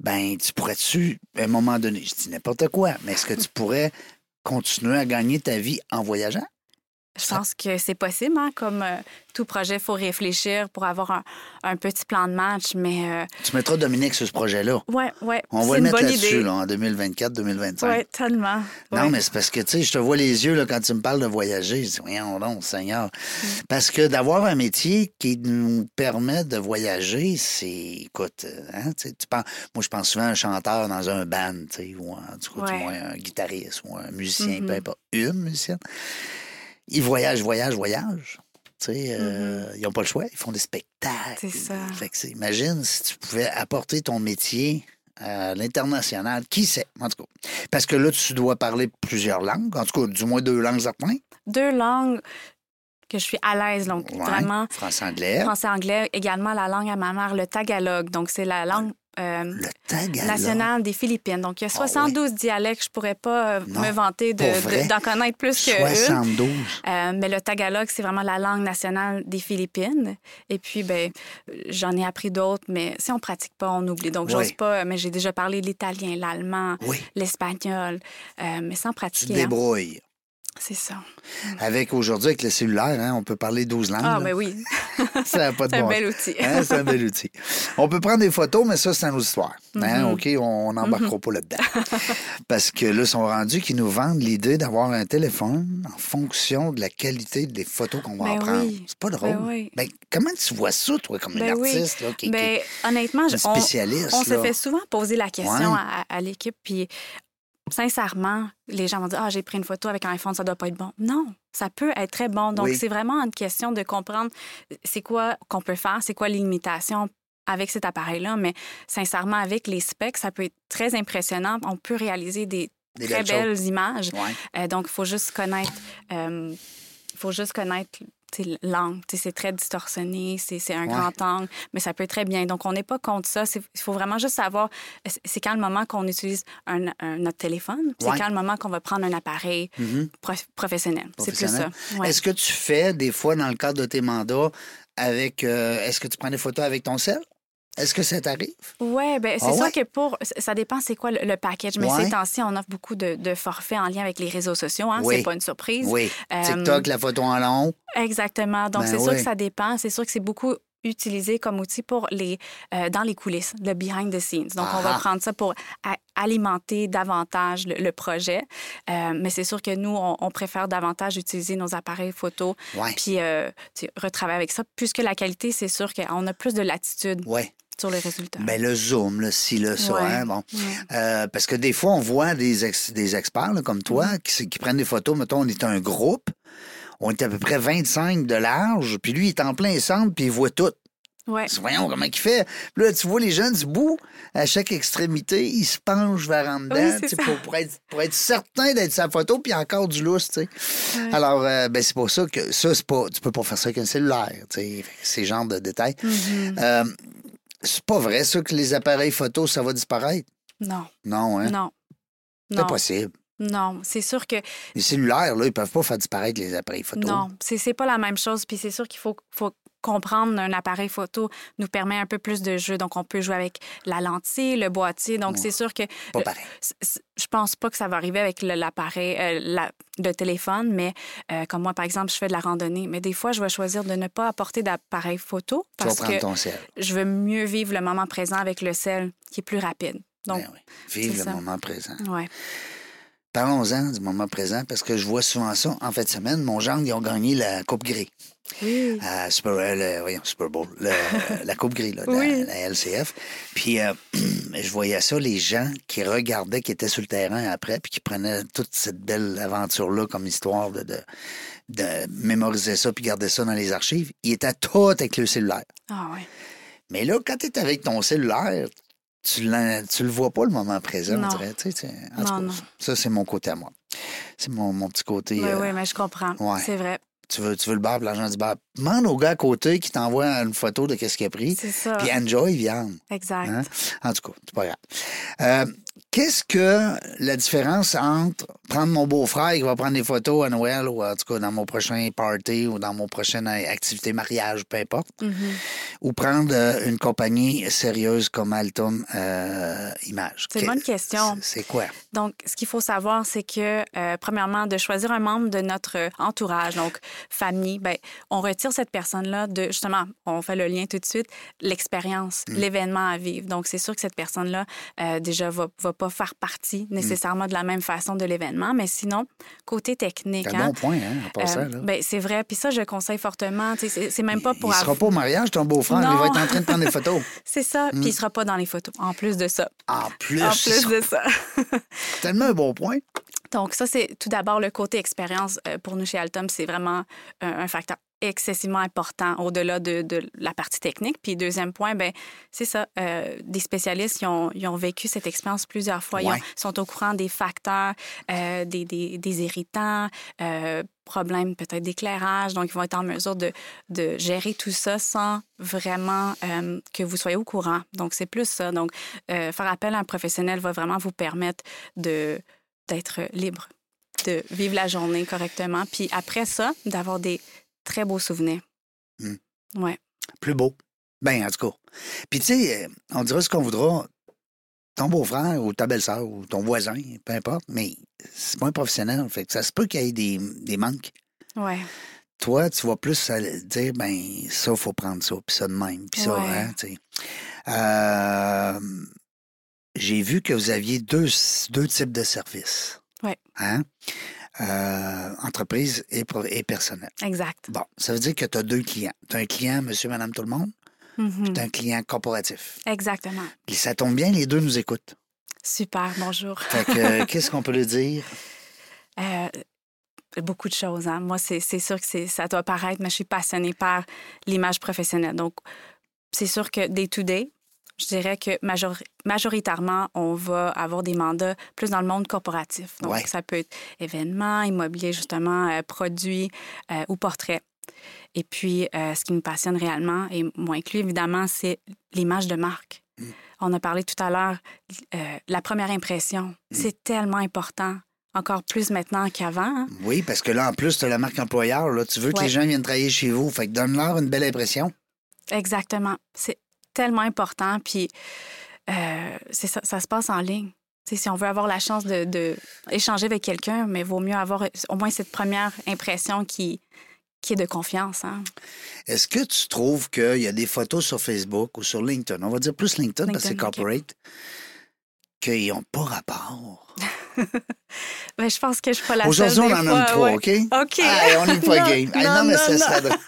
Speaker 2: ben tu pourrais-tu, à un moment donné, je dis n'importe quoi, mais est-ce que tu pourrais continuer à gagner ta vie en voyageant?
Speaker 3: Je pense que c'est possible, hein, comme euh, tout projet, il faut réfléchir pour avoir un, un petit plan de match, mais euh,
Speaker 2: Tu mettras Dominique sur ce projet-là.
Speaker 3: ouais, ouais,
Speaker 2: On va
Speaker 3: c'est
Speaker 2: le
Speaker 3: une
Speaker 2: mettre
Speaker 3: bonne
Speaker 2: là-dessus,
Speaker 3: idée.
Speaker 2: là, en 2024-2025.
Speaker 3: Ouais, tellement.
Speaker 2: Non,
Speaker 3: Ouais.
Speaker 2: mais c'est parce que, tu sais, je te vois les yeux là, quand tu me parles de voyager. Je dis, voyons donc, Seigneur.
Speaker 3: Mm.
Speaker 2: Parce que d'avoir un métier qui nous permet de voyager, c'est. Écoute, euh, hein, tu sais, tu penses... moi, je pense souvent à un chanteur dans un band, tu sais, ou en tout cas, du
Speaker 3: Ouais.
Speaker 2: moins, un guitariste ou un musicien,
Speaker 3: Mhm.
Speaker 2: peu importe, une musicienne. Ils voyagent, voyagent, voyagent. Tu sais, euh, ils n'ont pas le choix, ils font des spectacles.
Speaker 3: Mm-hmm. C'est ça.
Speaker 2: Fait que c'est- imagine si tu pouvais apporter ton métier à l'international. Qui sait, en tout cas. Parce que là, tu dois parler plusieurs langues, en tout cas, du moins deux langues certaines.
Speaker 3: deux langues que je suis à l'aise. Donc,
Speaker 2: Ouais.
Speaker 3: vraiment,
Speaker 2: Français, anglais.
Speaker 3: français-anglais, également la langue à ma mère, le tagalog. Donc, c'est la langue euh,
Speaker 2: Le tagala.
Speaker 3: national des Philippines. Donc, il y a 72 dialectes. Je pourrais pas euh,
Speaker 2: Ah Non,
Speaker 3: me vanter de-
Speaker 2: pour vrai.
Speaker 3: de- d'en connaître plus que une.
Speaker 2: 72.
Speaker 3: Euh, mais le tagalog, c'est vraiment la langue nationale des Philippines. Et puis, ben, j'en ai appris d'autres, mais si on pratique pas, on oublie. Donc, j'ose
Speaker 2: Oui.
Speaker 3: pas, mais j'ai déjà parlé l'italien, l'allemand,
Speaker 2: Oui.
Speaker 3: l'espagnol, euh, mais sans
Speaker 2: Tu te
Speaker 3: pratiquer. hein.
Speaker 2: débrouilles.
Speaker 3: C'est ça.
Speaker 2: Avec aujourd'hui, avec le cellulaire, hein, on peut parler 12 langues.
Speaker 3: Ah,
Speaker 2: là.
Speaker 3: ben oui,
Speaker 2: Ça n'a pas de
Speaker 3: c'est un
Speaker 2: bon
Speaker 3: bel outil.
Speaker 2: Hein, c'est un bel outil. On peut prendre des photos, mais ça, c'est une autre histoire. Hein,
Speaker 3: Mhm.
Speaker 2: OK, on n'embarquera pas là-dedans.
Speaker 3: Mm-hmm.
Speaker 2: Parce que là, ils sont rendus qu'ils nous vendent l'idée d'avoir un téléphone en fonction de la qualité des photos qu'on va
Speaker 3: Ben
Speaker 2: en prendre.
Speaker 3: oui.
Speaker 2: C'est pas drôle.
Speaker 3: Ben oui.
Speaker 2: Ben, comment tu vois ça, toi, comme
Speaker 3: Ben
Speaker 2: un
Speaker 3: oui.
Speaker 2: artiste là, qui, qui
Speaker 3: Ben, honnêtement, je-
Speaker 2: est
Speaker 3: on,
Speaker 2: spécialiste?
Speaker 3: on se
Speaker 2: là?
Speaker 3: fait souvent poser la question
Speaker 2: Ouais.
Speaker 3: à, à l'équipe, puis sincèrement, les gens vont dire Ah, j'ai pris une photo avec un iPhone, ça doit pas être bon. Non, ça peut être très bon. Donc,
Speaker 2: Oui.
Speaker 3: c'est vraiment une question de comprendre euh, c'est quoi qu'on peut faire, c'est quoi l'imitation avec cet appareil-là, mais sincèrement, avec les specs, ça peut être très impressionnant. On peut réaliser des
Speaker 2: Des
Speaker 3: très
Speaker 2: belles
Speaker 3: belles images.
Speaker 2: Ouais.
Speaker 3: Euh, donc, il faut juste connaître. euh, faut juste connaître tu sais, l'angle. Tu sais, C'est très distorsionné, c'est c'est un
Speaker 2: Ouais.
Speaker 3: grand angle, mais ça peut être très bien. Donc, on n'est pas contre ça. C'est- Il faut vraiment juste savoir c'est- c'est quand le moment qu'on utilise un, un- notre téléphone, puis
Speaker 2: Ouais.
Speaker 3: c'est quand le moment qu'on va prendre un appareil
Speaker 2: Mhm.
Speaker 3: prof- professionnel. C'est plus ça.
Speaker 2: Professionnel.
Speaker 3: Ouais.
Speaker 2: Est-ce que tu fais des fois dans le cadre de tes mandats avec euh, est-ce que tu prends des photos avec ton sel? Est-ce que ça t'arrive?
Speaker 3: Oui, ben, c'est
Speaker 2: Ah
Speaker 3: sûr
Speaker 2: ouais?
Speaker 3: que pour. Ça dépend c'est quoi le, le package, mais
Speaker 2: Ouais.
Speaker 3: ces temps-ci, on offre beaucoup de, de forfaits en lien avec les réseaux sociaux. Hein?
Speaker 2: Oui.
Speaker 3: C'est pas une surprise.
Speaker 2: Oui.
Speaker 3: Euh,
Speaker 2: TikTok, la photo en long.
Speaker 3: Exactement. Donc,
Speaker 2: Ben
Speaker 3: c'est sûr
Speaker 2: oui.
Speaker 3: que ça dépend. C'est sûr que c'est beaucoup utilisé comme outil pour les euh, dans les coulisses, le behind the scenes. Donc, on va
Speaker 2: Ah.
Speaker 3: prendre ça pour a- alimenter davantage le, le projet. Euh, mais c'est sûr que nous, on, on préfère davantage utiliser nos appareils photo
Speaker 2: Ouais.
Speaker 3: puis euh, tu sais, retravailler avec ça, puisque la qualité, c'est sûr qu'on a plus de latitude
Speaker 2: Ouais.
Speaker 3: sur les résultats.
Speaker 2: Ben, le zoom, le ci, le ça,
Speaker 3: Ouais.
Speaker 2: hein, bon.
Speaker 3: Ouais.
Speaker 2: Euh, parce que des fois, on voit des, ex- des experts là, comme toi
Speaker 3: Mm.
Speaker 2: qui, s- qui prennent des photos. Mettons, on est un groupe, on est à peu près 25 de large, puis lui, il est en plein centre, puis il voit tout.
Speaker 3: Ouais.
Speaker 2: Tu dis, Voyons comment il fait. Puis là, tu vois les gens du bout, à chaque extrémité, ils se penchent vers en dedans
Speaker 3: Oui, c'est
Speaker 2: tu sais,
Speaker 3: ça.
Speaker 2: pour, pour être, pour être certain d'être sa photo, puis encore du lousse. tu sais.
Speaker 3: Ouais.
Speaker 2: Alors, euh, ben, c'est pour ça que ça, c'est pas, tu peux pas faire ça avec un cellulaire. tu sais. Fait que Ces genres de détails.
Speaker 3: Mhm.
Speaker 2: Euh, c'est pas vrai, ça, que les appareils photo, ça va disparaître.
Speaker 3: Non,
Speaker 2: Non, hein?
Speaker 3: non.
Speaker 2: C'est
Speaker 3: Non,
Speaker 2: possible.
Speaker 3: non. c'est sûr que
Speaker 2: Les cellulaires, là, ils peuvent pas faire disparaître les appareils photo.
Speaker 3: Non, c'est c'est pas la même chose. Puis c'est sûr qu'il faut, faut comprendre un appareil photo nous permet un peu plus de jeu. Donc, on peut jouer avec la lentille, le boîtier. Donc,
Speaker 2: Ouais.
Speaker 3: c'est sûr que
Speaker 2: Pas
Speaker 3: euh,
Speaker 2: pareil.
Speaker 3: c- c- je pense pas que ça va arriver avec le- l'appareil, euh, la- le téléphone, mais euh, comme moi, par exemple, je fais de la randonnée. Mais des fois, je vais choisir de ne pas apporter d'appareil photo
Speaker 2: Tu vas
Speaker 3: parce
Speaker 2: prendre
Speaker 3: que
Speaker 2: ton sel.
Speaker 3: je veux mieux vivre le moment présent avec le sel qui est plus rapide. Donc,
Speaker 2: Ben oui. Vive
Speaker 3: c'est
Speaker 2: le
Speaker 3: ça.
Speaker 2: moment présent.
Speaker 3: ouais.
Speaker 2: Parlons-en du moment présent parce que je vois souvent ça. En fin de semaine, mon genre, ils ont gagné la Coupe Grey.
Speaker 3: Oui.
Speaker 2: à Super, euh, le- voyons, Super Bowl, le- la Coupe Grey, là, de
Speaker 3: Oui.
Speaker 2: la, la LCF. Puis euh, je voyais ça, les gens qui regardaient, qui étaient sur le terrain après, puis qui prenaient toute cette belle aventure-là comme histoire de, de, de mémoriser ça, puis garder ça dans les archives. Ils étaient tout avec le cellulaire.
Speaker 3: Ah, ouais.
Speaker 2: Mais là, quand tu es avec ton cellulaire, tu l'en- tu le vois pas le moment présent,
Speaker 3: Non.
Speaker 2: on dirait. Tu sais, tu sais, en tout
Speaker 3: Non,
Speaker 2: cas,
Speaker 3: non.
Speaker 2: ça, c'est mon côté à moi. C'est mon, mon petit côté.
Speaker 3: Oui,
Speaker 2: euh,
Speaker 3: oui, mais je comprends.
Speaker 2: ouais.
Speaker 3: C'est vrai.
Speaker 2: tu, veux, tu veux le bar, puis l'argent du bar. Demande au gars à côté qui t'envoie une photo de qu'est-ce qu'il a pris.
Speaker 3: C'est ça.
Speaker 2: Puis enjoy, viande.
Speaker 3: Exact.
Speaker 2: Hein? En tout cas, c'est pas grave. Euh, Qu'est-ce que la différence entre prendre mon beau-frère qui va prendre des photos à Noël ou en tout cas dans mon prochain party ou dans mon prochaine euh, activité mariage, peu importe,
Speaker 3: Mhm.
Speaker 2: ou prendre euh, une compagnie sérieuse comme Altum euh, Image?
Speaker 3: C'est une
Speaker 2: Que-
Speaker 3: bonne question.
Speaker 2: C'est c'est quoi?
Speaker 3: Donc, ce qu'il faut savoir, c'est que, euh, premièrement, de choisir un membre de notre euh, entourage, donc famille, ben, on retire cette personne-là de, justement, on fait le lien tout de suite, l'expérience,
Speaker 2: Mm.
Speaker 3: l'événement à vivre. Donc, c'est sûr que cette personne-là, euh, déjà, va, va pas faire partie
Speaker 2: Mm.
Speaker 3: nécessairement de la même façon de l'événement, mais sinon, côté technique,
Speaker 2: C'est un
Speaker 3: hein,
Speaker 2: bon point, hein, en passant.
Speaker 3: euh,
Speaker 2: là.
Speaker 3: ben, c'est vrai. Puis ça, je conseille fortement. Tu sais, C'est c'est même pas pour
Speaker 2: Il sera
Speaker 3: avoir-
Speaker 2: pas au mariage, ton beau-frère, mais il va
Speaker 3: Non.
Speaker 2: être en train de prendre des photos.
Speaker 3: C'est ça. Puis il
Speaker 2: Mm.
Speaker 3: sera pas dans les photos. En plus de ça.
Speaker 2: En plus,
Speaker 3: En
Speaker 2: il
Speaker 3: plus
Speaker 2: sera
Speaker 3: de ça.
Speaker 2: tellement un bon point.
Speaker 3: Donc, ça, c'est tout d'abord le côté expérience. Euh, pour nous, chez Altum, c'est vraiment un, un facteur excessivement important au-delà de, de, la partie technique. Puis deuxième point, ben c'est ça, euh, des spécialistes ils ont, ils ont vécu cette expérience plusieurs fois,
Speaker 2: Ouais.
Speaker 3: ils ont- sont au courant des facteurs, euh, des, des, des irritants, euh, problèmes peut-être d'éclairage, donc ils vont être en mesure de, de gérer tout ça sans vraiment euh, que vous soyez au courant. Donc c'est plus ça. Donc euh, faire appel à un professionnel va vraiment vous permettre de d'être libre, de vivre la journée correctement, puis après ça d'avoir des très beau souvenir.
Speaker 2: Hmm.
Speaker 3: Ouais.
Speaker 2: Plus beau. Ben, en tout cas. Puis, tu sais, euh, on dira ce qu'on voudra. Ton beau-frère ou ta belle-sœur ou ton voisin, peu importe, mais c'est pas un professionnel. Fait que ça se peut qu'il y ait des, des manques.
Speaker 3: Ouais.
Speaker 2: Toi, tu vas plus aller dire, ben, ça, faut prendre ça, puis ça de même, puis ça,
Speaker 3: Ouais.
Speaker 2: hein, tu sais. Euh, J'ai vu que vous aviez deux, deux types de services.
Speaker 3: Ouais.
Speaker 2: Hein? Euh, entreprise et, pro- et personnel.
Speaker 3: Exact.
Speaker 2: Bon, ça veut dire que tu as deux clients. Tu as un client, monsieur, madame, tout le monde,
Speaker 3: Mhm.
Speaker 2: tu as un client corporatif.
Speaker 3: Exactement.
Speaker 2: Et ça tombe bien, les deux nous écoutent.
Speaker 3: Super. Bonjour.
Speaker 2: Fait que, euh, qu'est-ce qu'on peut lui dire?
Speaker 3: Euh, beaucoup de choses. hein. Moi, c'est c'est sûr que c'est- ça doit paraître, mais je suis passionnée par l'image professionnelle. Donc, c'est sûr que day-to-day, je dirais que majori- majoritairement, on va avoir des mandats plus dans le monde corporatif. Donc,
Speaker 2: Ouais.
Speaker 3: ça peut être événements, immobilier, justement, euh, produits euh, ou portraits. Et puis, euh, ce qui nous passionne réellement, et moi inclus, évidemment, c'est l'image de marque. On a parlé tout à l'heure, euh, la première impression, c'est tellement important, encore plus maintenant qu'avant. hein.
Speaker 2: Oui, parce que là, en plus, tu as la marque employeur. Là, tu veux que
Speaker 3: Ouais.
Speaker 2: les gens viennent travailler chez vous. Fait que donne-leur une belle impression.
Speaker 3: Exactement. C'est tellement important. Puis, euh, c'est ça, ça se passe en ligne. Tu sais, si on veut avoir la chance d'échanger de, échanger avec quelqu'un, mais vaut mieux avoir au moins cette première impression qui, qui est de confiance. hein.
Speaker 2: Est-ce que tu trouves qu'il y a des photos sur Facebook ou sur LinkedIn? On va dire plus LinkedIn, parce que c'est
Speaker 3: LinkedIn, OK.
Speaker 2: corporate, qu'ils n'ont pas rapport.
Speaker 3: Ben, je pense que je suis pas la seule.
Speaker 2: Aujourd'hui, on
Speaker 3: des
Speaker 2: en
Speaker 3: fois,
Speaker 2: nomme trois,
Speaker 3: ouais.
Speaker 2: OK?
Speaker 3: OK.
Speaker 2: Ah, Hey, on n'est pas
Speaker 3: Non,
Speaker 2: game. Hey,
Speaker 3: non,
Speaker 2: non, mais
Speaker 3: non,
Speaker 2: ça
Speaker 3: non.
Speaker 2: serait drôle.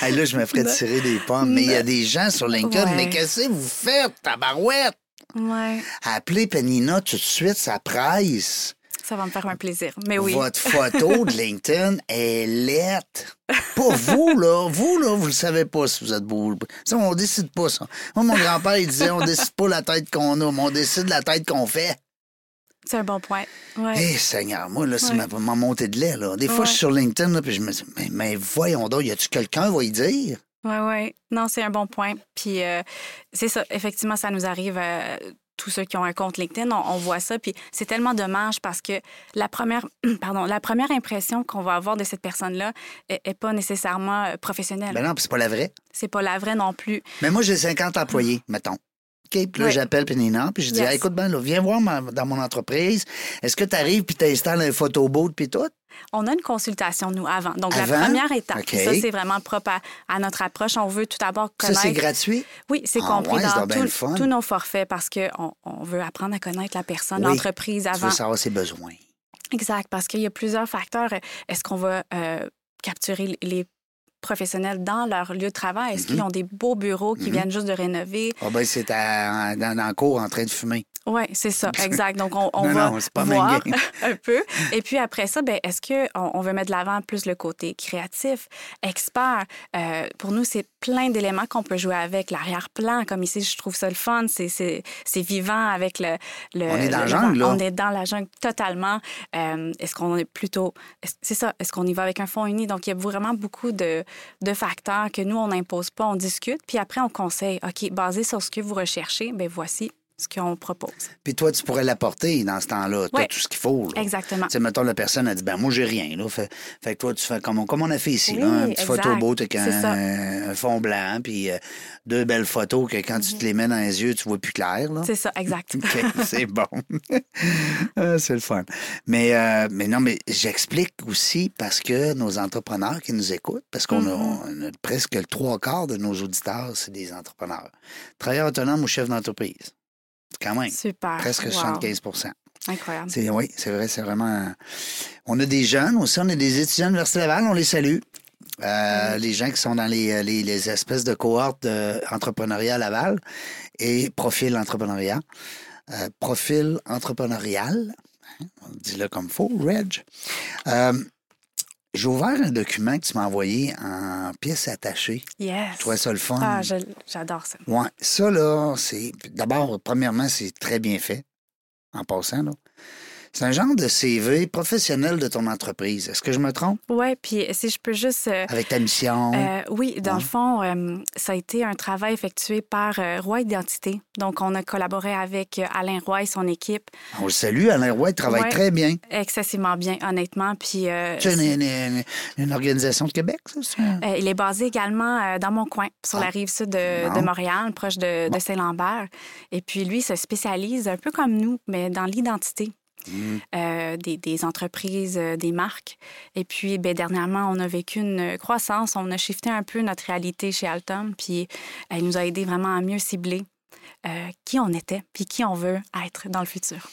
Speaker 2: Hey, là, je me ferais
Speaker 3: Non.
Speaker 2: tirer des pommes. Mais il y a des gens sur LinkedIn.
Speaker 3: Ouais.
Speaker 2: Mais qu'est-ce que vous faites, tabarouette?
Speaker 3: Ouais,
Speaker 2: Appelez Penina tout de suite, ça presse.
Speaker 3: ça va me faire un plaisir. Mais Eh oui.
Speaker 2: Votre photo de LinkedIn est laite. Pas vous, là. Vous, là, vous le savez pas si vous êtes beau. Ça, on décide pas ça. Moi, mon grand-père, il disait, on décide pas la tête qu'on a, mais on décide la tête qu'on fait.
Speaker 3: C'est un bon point.
Speaker 2: Hé,
Speaker 3: Ouais.
Speaker 2: Seigneur, moi, là, c'est
Speaker 3: Ouais.
Speaker 2: ma, ma montée de lait, là. Des fois,
Speaker 3: Ouais.
Speaker 2: je suis sur LinkedIn, là, puis je me dis, mais, mais voyons donc, y a-tu quelqu'un qui va y dire?
Speaker 3: Oui, oui. Non, c'est un bon point. Puis euh, c'est ça, effectivement, ça nous arrive à tous ceux qui ont un compte LinkedIn, on, on voit ça. Puis c'est tellement dommage parce que la première, pardon, la première impression qu'on va avoir de cette personne-là est, est pas nécessairement euh, professionnelle.
Speaker 2: Ben non, puis c'est pas la vraie.
Speaker 3: C'est pas la vraie non plus.
Speaker 2: Mais moi, j'ai 50 employés, mettons. OK, puis là,
Speaker 3: Ouais.
Speaker 2: j'appelle Pénina, puis je dis,
Speaker 3: Yes.
Speaker 2: Hey, écoute, ben, là, viens voir ma- dans mon entreprise. Est-ce que tu arrives, puis tu installes un photoboot, puis tout?
Speaker 3: On a une consultation, nous, avant. Donc,
Speaker 2: Avant?
Speaker 3: la première étape,
Speaker 2: OK.
Speaker 3: ça, c'est vraiment propre à, à notre approche. On veut tout d'abord
Speaker 2: Ça,
Speaker 3: connaître...
Speaker 2: c'est gratuit?
Speaker 3: Oui, c'est
Speaker 2: Ah
Speaker 3: compris
Speaker 2: ouais, c'est donc
Speaker 3: dans
Speaker 2: bien le fun.
Speaker 3: tout- tous nos forfaits parce qu'on on veut apprendre à connaître la personne,
Speaker 2: Oui.
Speaker 3: l'entreprise
Speaker 2: Tu veux
Speaker 3: avant.
Speaker 2: savoir ses besoins.
Speaker 3: Exact, parce qu'il y a plusieurs facteurs. Est-ce qu'on va euh, capturer les professionnels dans leur lieu de travail? Est-ce
Speaker 2: Mm-hmm.
Speaker 3: qu'ils ont des beaux bureaux qui viennent juste de rénover?
Speaker 2: Ah ben, c'est à- dans, dans le cours en train de fumer.
Speaker 3: Oui, c'est ça, exact. Donc, on, on
Speaker 2: Non,
Speaker 3: va
Speaker 2: non, c'est pas
Speaker 3: voir
Speaker 2: même game.
Speaker 3: un peu. Et puis après ça, ben, est-ce qu'on on veut mettre de l'avant plus le côté créatif, expert? Euh, pour nous, c'est plein d'éléments qu'on peut jouer avec. L'arrière-plan, comme ici, je trouve ça le fun. C'est- C'est c'est vivant avec le... le-
Speaker 2: On est dans la
Speaker 3: le-
Speaker 2: jungle, là.
Speaker 3: On est dans la jungle totalement. Euh, est-ce qu'on est plutôt... est-ce- C'est ça, est-ce qu'on y va avec un fond uni? Donc, il y a vraiment beaucoup de, de facteurs que nous, on n'impose pas, on discute. Puis après, on conseille. OK, basé sur ce que vous recherchez, ben voici ce qu'on propose.
Speaker 2: Puis toi, tu pourrais l'apporter dans ce temps-là. Tu as
Speaker 3: Ouais.
Speaker 2: tout ce qu'il faut. là.
Speaker 3: Exactement.
Speaker 2: Tu sais, mettons, la personne a dit, ben moi, j'ai rien. Là. Fait, fait que toi, tu fais comme on, comme on a fait ici,
Speaker 3: Oui,
Speaker 2: là, un petit
Speaker 3: exact.
Speaker 2: photoboot avec
Speaker 3: C'est ça.
Speaker 2: un, un fond blanc, puis euh, deux belles photos que quand
Speaker 3: Mhm.
Speaker 2: tu te les mets dans les yeux, tu vois plus clair. Là.
Speaker 3: C'est ça, exact.
Speaker 2: OK, c'est bon. Ah, c'est le fun. Mais, euh, mais non, mais j'explique aussi parce que nos entrepreneurs qui nous écoutent, parce qu'on a- on a, presque le trois quarts de nos auditeurs, c'est des entrepreneurs. Travailleurs autonomes ou chefs d'entreprise. Quand même.
Speaker 3: Super.
Speaker 2: Presque
Speaker 3: Wow.
Speaker 2: 75
Speaker 3: Incroyable.
Speaker 2: c'est, oui, c'est vrai, c'est vraiment. On a des jeunes aussi, on a des étudiants de l'Université Laval, on les salue. Euh, Les gens qui sont dans les, les, les espèces de cohortes euh, entrepreneuriat à Laval et profil entrepreneuriat. Euh, profil entrepreneurial, hein, on dit là comme faut, Reg. Euh, J'ai ouvert un document que tu m'as envoyé en pièces attachées.
Speaker 3: Yes.
Speaker 2: Je trouvais ça le fun.
Speaker 3: Ah, je- j'adore ça.
Speaker 2: Ouais, ça, là, c'est. D'abord, premièrement, c'est très bien fait, en passant, là. C'est un genre de CV professionnel de ton entreprise. Est-ce que je me trompe?
Speaker 3: Ouais, puis si je peux juste euh,
Speaker 2: Avec ta mission.
Speaker 3: Euh, oui, dans
Speaker 2: Ah Ouais.
Speaker 3: le fond, euh, ça a été un travail effectué par euh, Roy Identité. Donc, on a collaboré avec euh, Alain Roy et son équipe
Speaker 2: On le salue, Alain Roy, il travaille
Speaker 3: ouais.
Speaker 2: très bien.
Speaker 3: excessivement bien, honnêtement. Puis, euh,
Speaker 2: euh, C'est une, une- une- une organisation de Québec, ça? c'est un-
Speaker 3: euh, il est basé également euh, dans mon coin, sur
Speaker 2: Ah.
Speaker 3: la rive sud de, de
Speaker 2: Bon.
Speaker 3: Montréal, proche de, de Saint-Lambert. Et puis, lui, se spécialise un peu comme nous, mais dans l'identité.
Speaker 2: Mm.
Speaker 3: euh, des, des entreprises, euh, des marques. Et puis, ben, dernièrement, on a vécu une croissance. On a shifté un peu notre réalité chez Altum. Puis, elle nous a aidé vraiment à mieux cibler euh, qui on était, puis qui on veut être dans le futur.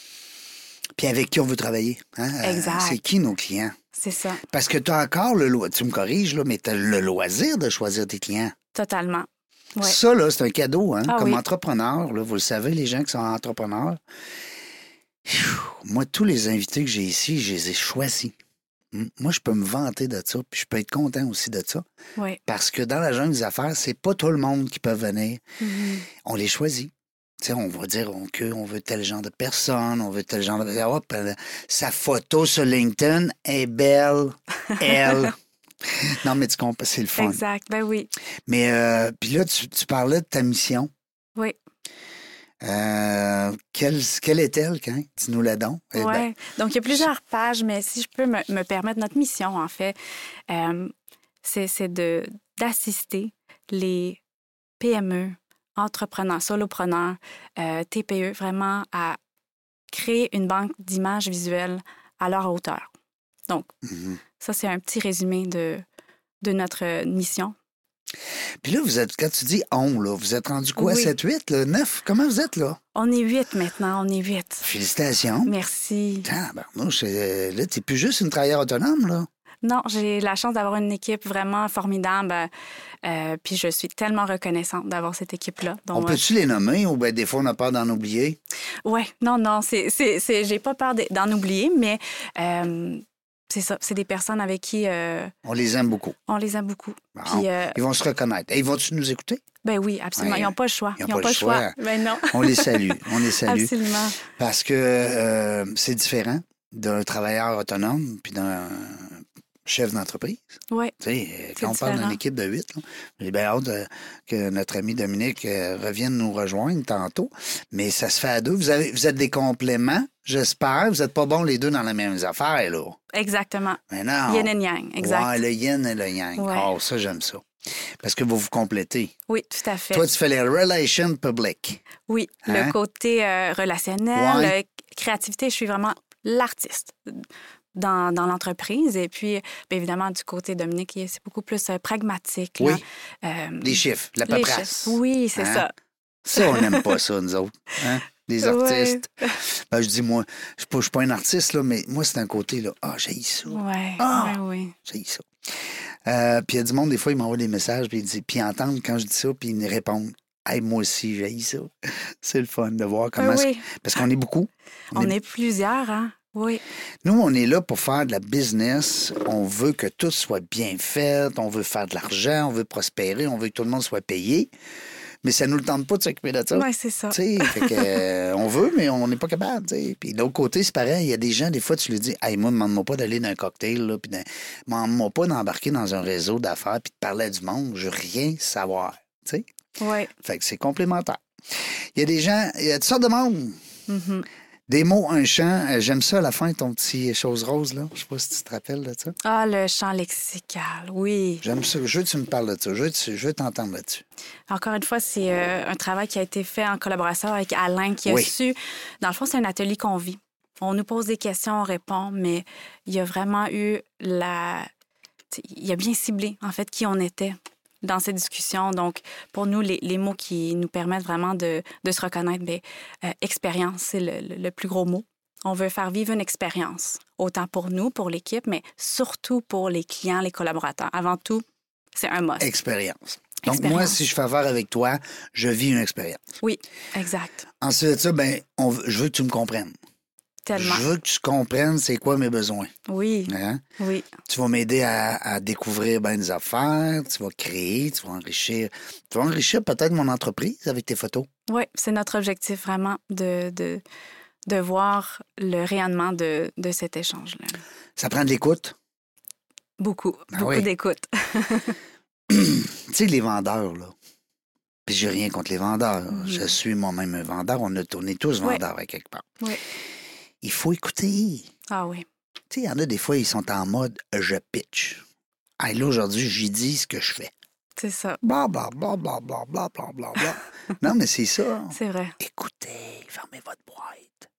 Speaker 2: Puis avec qui on veut travailler. hein? Euh,
Speaker 3: Exact.
Speaker 2: C'est qui nos clients?
Speaker 3: C'est ça,
Speaker 2: Parce que tu as encore le loisir, tu me corriges, là, mais tu as le loisir de choisir tes clients.
Speaker 3: totalement. Ouais.
Speaker 2: Ça, là, c'est un cadeau. Hein?
Speaker 3: Ah
Speaker 2: Comme
Speaker 3: oui.
Speaker 2: entrepreneur, là, vous le savez, les gens qui sont entrepreneurs, phew, moi, tous les invités que j'ai ici, je les ai choisis. Mm. Moi, je peux me vanter de ça, puis je peux être content aussi de ça.
Speaker 3: Ouais.
Speaker 2: Parce que dans la jungle des affaires, c'est pas tout le monde qui peut venir.
Speaker 3: Mhm.
Speaker 2: on les choisit. Tu sais, on va dire on, que on veut tel genre de personne, on veut tel genre de... Hop, elle- sa photo sur LinkedIn est belle, elle. non, mais tu comprends, c'est le fun.
Speaker 3: Exact, ben oui.
Speaker 2: Mais euh, puis là, tu, tu parlais de ta mission.
Speaker 3: Oui.
Speaker 2: Euh, quelle quelle est-elle, quand? Dis-nous la donc. Eh ben,
Speaker 3: Ouais. Donc, il y a plusieurs pages, mais si je peux me, me permettre, notre mission, en fait, euh, c'est c'est de- d'assister les PME, entrepreneurs, solopreneurs, euh, TPE, vraiment à créer une banque d'images visuelles à leur hauteur. Donc,
Speaker 2: mhm.
Speaker 3: ça, c'est un petit résumé de, de notre mission.
Speaker 2: Puis là, vous êtes, quand tu dis on, là, vous êtes rendu quoi?
Speaker 3: Oui.
Speaker 2: 7, 8, là, 9? Comment vous êtes, là?
Speaker 3: On est huit maintenant, on est huit.
Speaker 2: Félicitations.
Speaker 3: Merci.
Speaker 2: Ah, ben, non, c'est- là, t'es plus juste une travailleur autonome, là.
Speaker 3: Non, j'ai la chance d'avoir une équipe vraiment formidable. euh, euh, puis je suis tellement reconnaissante d'avoir cette équipe-là.
Speaker 2: On
Speaker 3: Donc, euh,
Speaker 2: peut-tu les nommer ou ben, des fois on a peur d'en oublier?
Speaker 3: ouais, non, non, c'est, c'est, c'est- j'ai pas peur d- d'en oublier, mais euh, c'est ça. C'est des personnes avec qui euh,
Speaker 2: On les aime beaucoup.
Speaker 3: on les aime beaucoup.
Speaker 2: Bon.
Speaker 3: Puis, euh,
Speaker 2: Ils vont se reconnaître. Et ils vont-tu nous écouter?
Speaker 3: ben oui, absolument.
Speaker 2: Ouais.
Speaker 3: Ils n'ont pas le choix. Ils n'ont pas, le choix. Ben non.
Speaker 2: On les salue. on les salue.
Speaker 3: Absolument.
Speaker 2: Parce que euh, c'est différent d'un travailleur autonome puis d'un chef d'entreprise.
Speaker 3: Ouais.
Speaker 2: Tu sais, euh,
Speaker 3: C'est
Speaker 2: quand on parle d'une
Speaker 3: différent.
Speaker 2: équipe de huit, là, j'ai bien hâte euh, que notre ami Dominique euh, revienne nous rejoindre tantôt. Mais ça se fait à deux. Vous, avez, vous êtes des compléments, j'espère. Vous n'êtes pas bons les deux dans les mêmes affaires, là.
Speaker 3: Exactement.
Speaker 2: Mais non.
Speaker 3: Yin and yang. Exact.
Speaker 2: Ouais, le yin et le yang.
Speaker 3: Ouais.
Speaker 2: Oh, ça, j'aime ça. Parce que vous vous complétez.
Speaker 3: Oui, tout à fait.
Speaker 2: Toi, tu fais les relations public.
Speaker 3: Oui,
Speaker 2: Hein?
Speaker 3: le côté euh, relationnel,
Speaker 2: Ouais.
Speaker 3: euh, créativité, je suis vraiment l'artiste dans, dans l'entreprise. Et puis, bien évidemment, du côté de Dominique, il- c'est beaucoup plus euh, pragmatique. là.
Speaker 2: Oui.
Speaker 3: Euh,
Speaker 2: Les chiffres, la
Speaker 3: les
Speaker 2: paperasse.
Speaker 3: chiffres. Oui, c'est
Speaker 2: Hein?
Speaker 3: ça.
Speaker 2: Ça, on n'aime pas ça, nous autres. Hein? Les artistes. Ben, je dis, moi, je ne suis pas un artiste, là, mais moi, c'est un côté, là. Ah, j'ai ça.
Speaker 3: Ouais,
Speaker 2: Ah!
Speaker 3: ouais, oui.
Speaker 2: J'ai ça. Euh, puis il y a du monde, des fois, ils m'envoient des messages, puis ils disent, puis ils entendent quand je dis ça, puis ils me répondent. Hey, moi aussi, j'ai ça. C'est le fun de voir comment.
Speaker 3: Ah Oui,
Speaker 2: est-ce-
Speaker 3: oui.
Speaker 2: Parce qu'on est beaucoup.
Speaker 3: On est plusieurs, hein? Oui,
Speaker 2: Nous, on est là pour faire de la business. On veut que tout soit bien fait. On veut faire de l'argent. On veut prospérer. On veut que tout le monde soit payé. Mais ça ne nous le tente pas de s'occuper de ça.
Speaker 3: ouais, c'est ça.
Speaker 2: Oh, Tu sais, fait que, euh, on veut, mais on n'est pas capable. tu sais. Puis de l'autre côté, c'est pareil. Il y a des gens, des fois, tu lui dis Hey, moi, demande-moi pas d'aller dans un cocktail, là, puis dans- demande-moi pas d'embarquer dans un réseau d'affaires, puis de parler à du monde. Je veux rien savoir. tu sais.
Speaker 3: Ouais.
Speaker 2: Fait que c'est complémentaire. Il y a des gens, il y a toutes sortes de monde.
Speaker 3: Mhm.
Speaker 2: Des mots, un chant. Euh, J'aime ça à la fin, ton petit chose rose, là. Je sais pas si tu te rappelles de ça.
Speaker 3: Ah, le champ lexical, oui.
Speaker 2: J'aime ça. Je veux que tu me parles de ça. Je veux, que tu- je veux t'entendre là-dessus.
Speaker 3: Encore une fois, c'est euh, un travail qui a été fait en collaboration avec Alain qui a
Speaker 2: Oui.
Speaker 3: su. Dans le fond, c'est un atelier qu'on vit. On nous pose des questions, on répond, mais il y a vraiment eu la. t'sais, Il a bien ciblé, en fait, qui on était dans cette discussion. Donc, pour nous, les, les mots qui nous permettent vraiment de, de se reconnaître, bien, euh, expérience, c'est le- le- le plus gros mot. On veut faire vivre une expérience, autant pour nous, pour l'équipe, mais surtout pour les clients, les collaborateurs. Avant tout, c'est un must.
Speaker 2: Expérience. Donc, moi,
Speaker 3: Expérience.
Speaker 2: si je fais affaire avec toi, je vis une expérience.
Speaker 3: Oui, exact.
Speaker 2: Ensuite de ça, ben, on veut- je veux que tu me comprennes.
Speaker 3: Tellement.
Speaker 2: Je veux que tu comprennes c'est quoi mes besoins.
Speaker 3: Oui,
Speaker 2: hein.
Speaker 3: oui,
Speaker 2: Tu vas m'aider à, à découvrir ben des affaires, tu vas créer, tu vas enrichir. Tu vas enrichir peut-être mon entreprise avec tes photos.
Speaker 3: oui. C'est notre objectif vraiment de, de, de voir le rayonnement de, de cet échange-là.
Speaker 2: Ça prend de l'écoute.
Speaker 3: Beaucoup,
Speaker 2: Ben
Speaker 3: beaucoup
Speaker 2: oui.
Speaker 3: d'écoute.
Speaker 2: Tu sais, les vendeurs, là. Puis j'ai rien contre les vendeurs.
Speaker 3: Mhm.
Speaker 2: Je suis moi-même un vendeur. On a tourné tous
Speaker 3: Ouais.
Speaker 2: vendeurs à quelque part.
Speaker 3: Ouais.
Speaker 2: Il faut écouter.
Speaker 3: Ah oui,
Speaker 2: Tu sais, il y en a des fois, ils sont en mode je pitch. Hey, là, aujourd'hui, j'y dis ce que je fais.
Speaker 3: c'est ça,
Speaker 2: Bla, bla, bla, bla, bla, bla, bla, bla, bla. non, mais c'est ça.
Speaker 3: c'est vrai.
Speaker 2: Écoutez, fermez votre boîte.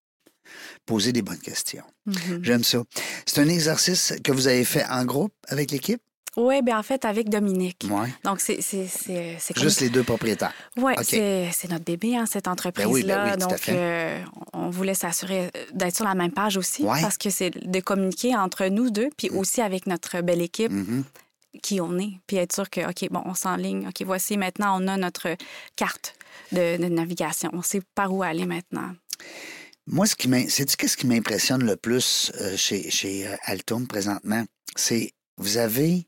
Speaker 2: Posez des bonnes questions.
Speaker 3: Mhm.
Speaker 2: J'aime ça. C'est un exercice que vous avez fait en groupe avec l'équipe?
Speaker 3: Oui, bien ben en fait, avec Dominique.
Speaker 2: Oui.
Speaker 3: Donc, c'est c'est- c'est- euh, c'est comme
Speaker 2: Juste les deux propriétaires.
Speaker 3: Oui,
Speaker 2: OK.
Speaker 3: c'est, c'est notre bébé, hein, cette entreprise-là.
Speaker 2: ben oui, tout à
Speaker 3: Donc,
Speaker 2: fait.
Speaker 3: euh, on voulait s'assurer euh, d'être sur la même page aussi,
Speaker 2: Ouais. Mm.
Speaker 3: parce que c'est de communiquer entre nous deux, puis aussi avec notre belle équipe,
Speaker 2: Mhm.
Speaker 3: qui on est, puis être sûr que, OK, bon, on s'enligne, OK, voici, maintenant, on a notre carte de, de navigation. On sait par où aller maintenant.
Speaker 2: Moi, ce qui m'in- sais-tu qu'est-ce qui m'impressionne le plus euh, chez, chez euh, Altum présentement? C'est vous avez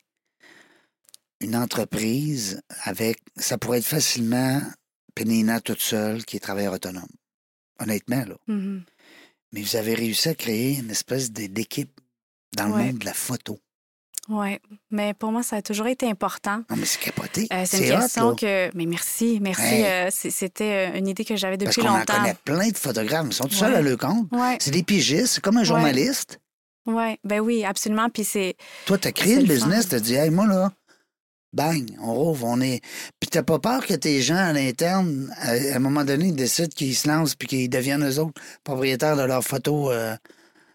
Speaker 2: une entreprise avec. Ça pourrait être facilement Pénina toute seule qui est travailleur autonome. Honnêtement, là.
Speaker 3: Mhm.
Speaker 2: Mais vous avez réussi à créer une espèce d- d'équipe dans le
Speaker 3: Ouais.
Speaker 2: monde de la photo.
Speaker 3: Oui, mais pour moi, ça a toujours été important.
Speaker 2: Non, mais c'est capoté.
Speaker 3: Euh, c'est,
Speaker 2: c'est
Speaker 3: une
Speaker 2: hot,
Speaker 3: question
Speaker 2: là.
Speaker 3: que... Mais merci, merci.
Speaker 2: Hey.
Speaker 3: euh, c'est- c'était euh, une idée que j'avais
Speaker 2: Parce
Speaker 3: depuis
Speaker 2: qu'on en
Speaker 3: longtemps.
Speaker 2: connaît plein de photographes. Ils sont tout seuls
Speaker 3: Ouais.
Speaker 2: à leur compte.
Speaker 3: Oui,
Speaker 2: C'est des pigistes. C'est comme un journaliste.
Speaker 3: oui, ben oui, absolument. Puis c'est...
Speaker 2: Toi, t'as créé
Speaker 3: C'est
Speaker 2: le
Speaker 3: le
Speaker 2: business,
Speaker 3: fun.
Speaker 2: t'as dit, hey, moi, là, bang, on rouvre, on est. Puis t'as pas peur que tes gens à l'interne, à, à un moment donné, ils décident qu'ils se lancent puis qu'ils deviennent eux autres propriétaires de leurs photos. euh,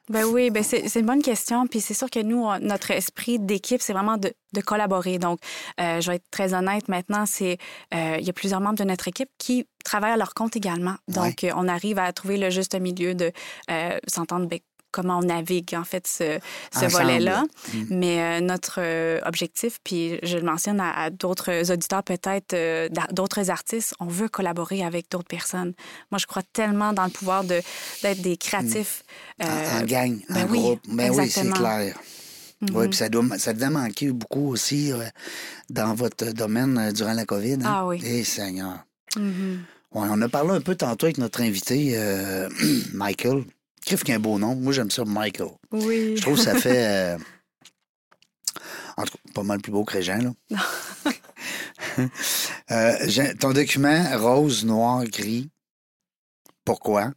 Speaker 3: Ben oui, ben c'est c'est une bonne question. Puis c'est sûr que nous, on- notre esprit d'équipe, c'est vraiment de, de collaborer. Donc, euh, je vais être très honnête maintenant, c'est euh, il y a plusieurs membres de notre équipe qui travaillent à leur compte également. Donc, euh, on arrive à trouver le juste milieu de euh, s'entendre ben, comment on navigue, en fait, ce, ce
Speaker 2: Ensemble.
Speaker 3: volet-là.
Speaker 2: Mm.
Speaker 3: Mais euh, notre euh, objectif, puis je le mentionne à, à d'autres auditeurs, peut-être euh, d'a- d'autres artistes, on veut collaborer avec d'autres personnes. Moi, je crois tellement dans le pouvoir de- d'être
Speaker 2: Mm.
Speaker 3: des créatifs.
Speaker 2: en-
Speaker 3: euh,
Speaker 2: en gang, en
Speaker 3: ben oui,
Speaker 2: groupe. Ben oui, c'est
Speaker 3: exactement.
Speaker 2: clair.
Speaker 3: Mhm.
Speaker 2: Oui, puis ça, doit, ça devait manquer beaucoup aussi euh, dans votre domaine euh, durant la COVID. hein.
Speaker 3: Ah oui.
Speaker 2: Eh, Seigneur.
Speaker 3: Mhm.
Speaker 2: Ouais, on a parlé un peu tantôt avec notre invité, euh, Michael. Crif qui a un beau nom. Moi, j'aime ça, Michael.
Speaker 3: Oui.
Speaker 2: Je trouve que ça fait. euh, en tout cas, pas mal plus beau que Régent, là. Euh, j'ai- ton document rose, noir, gris. Pourquoi?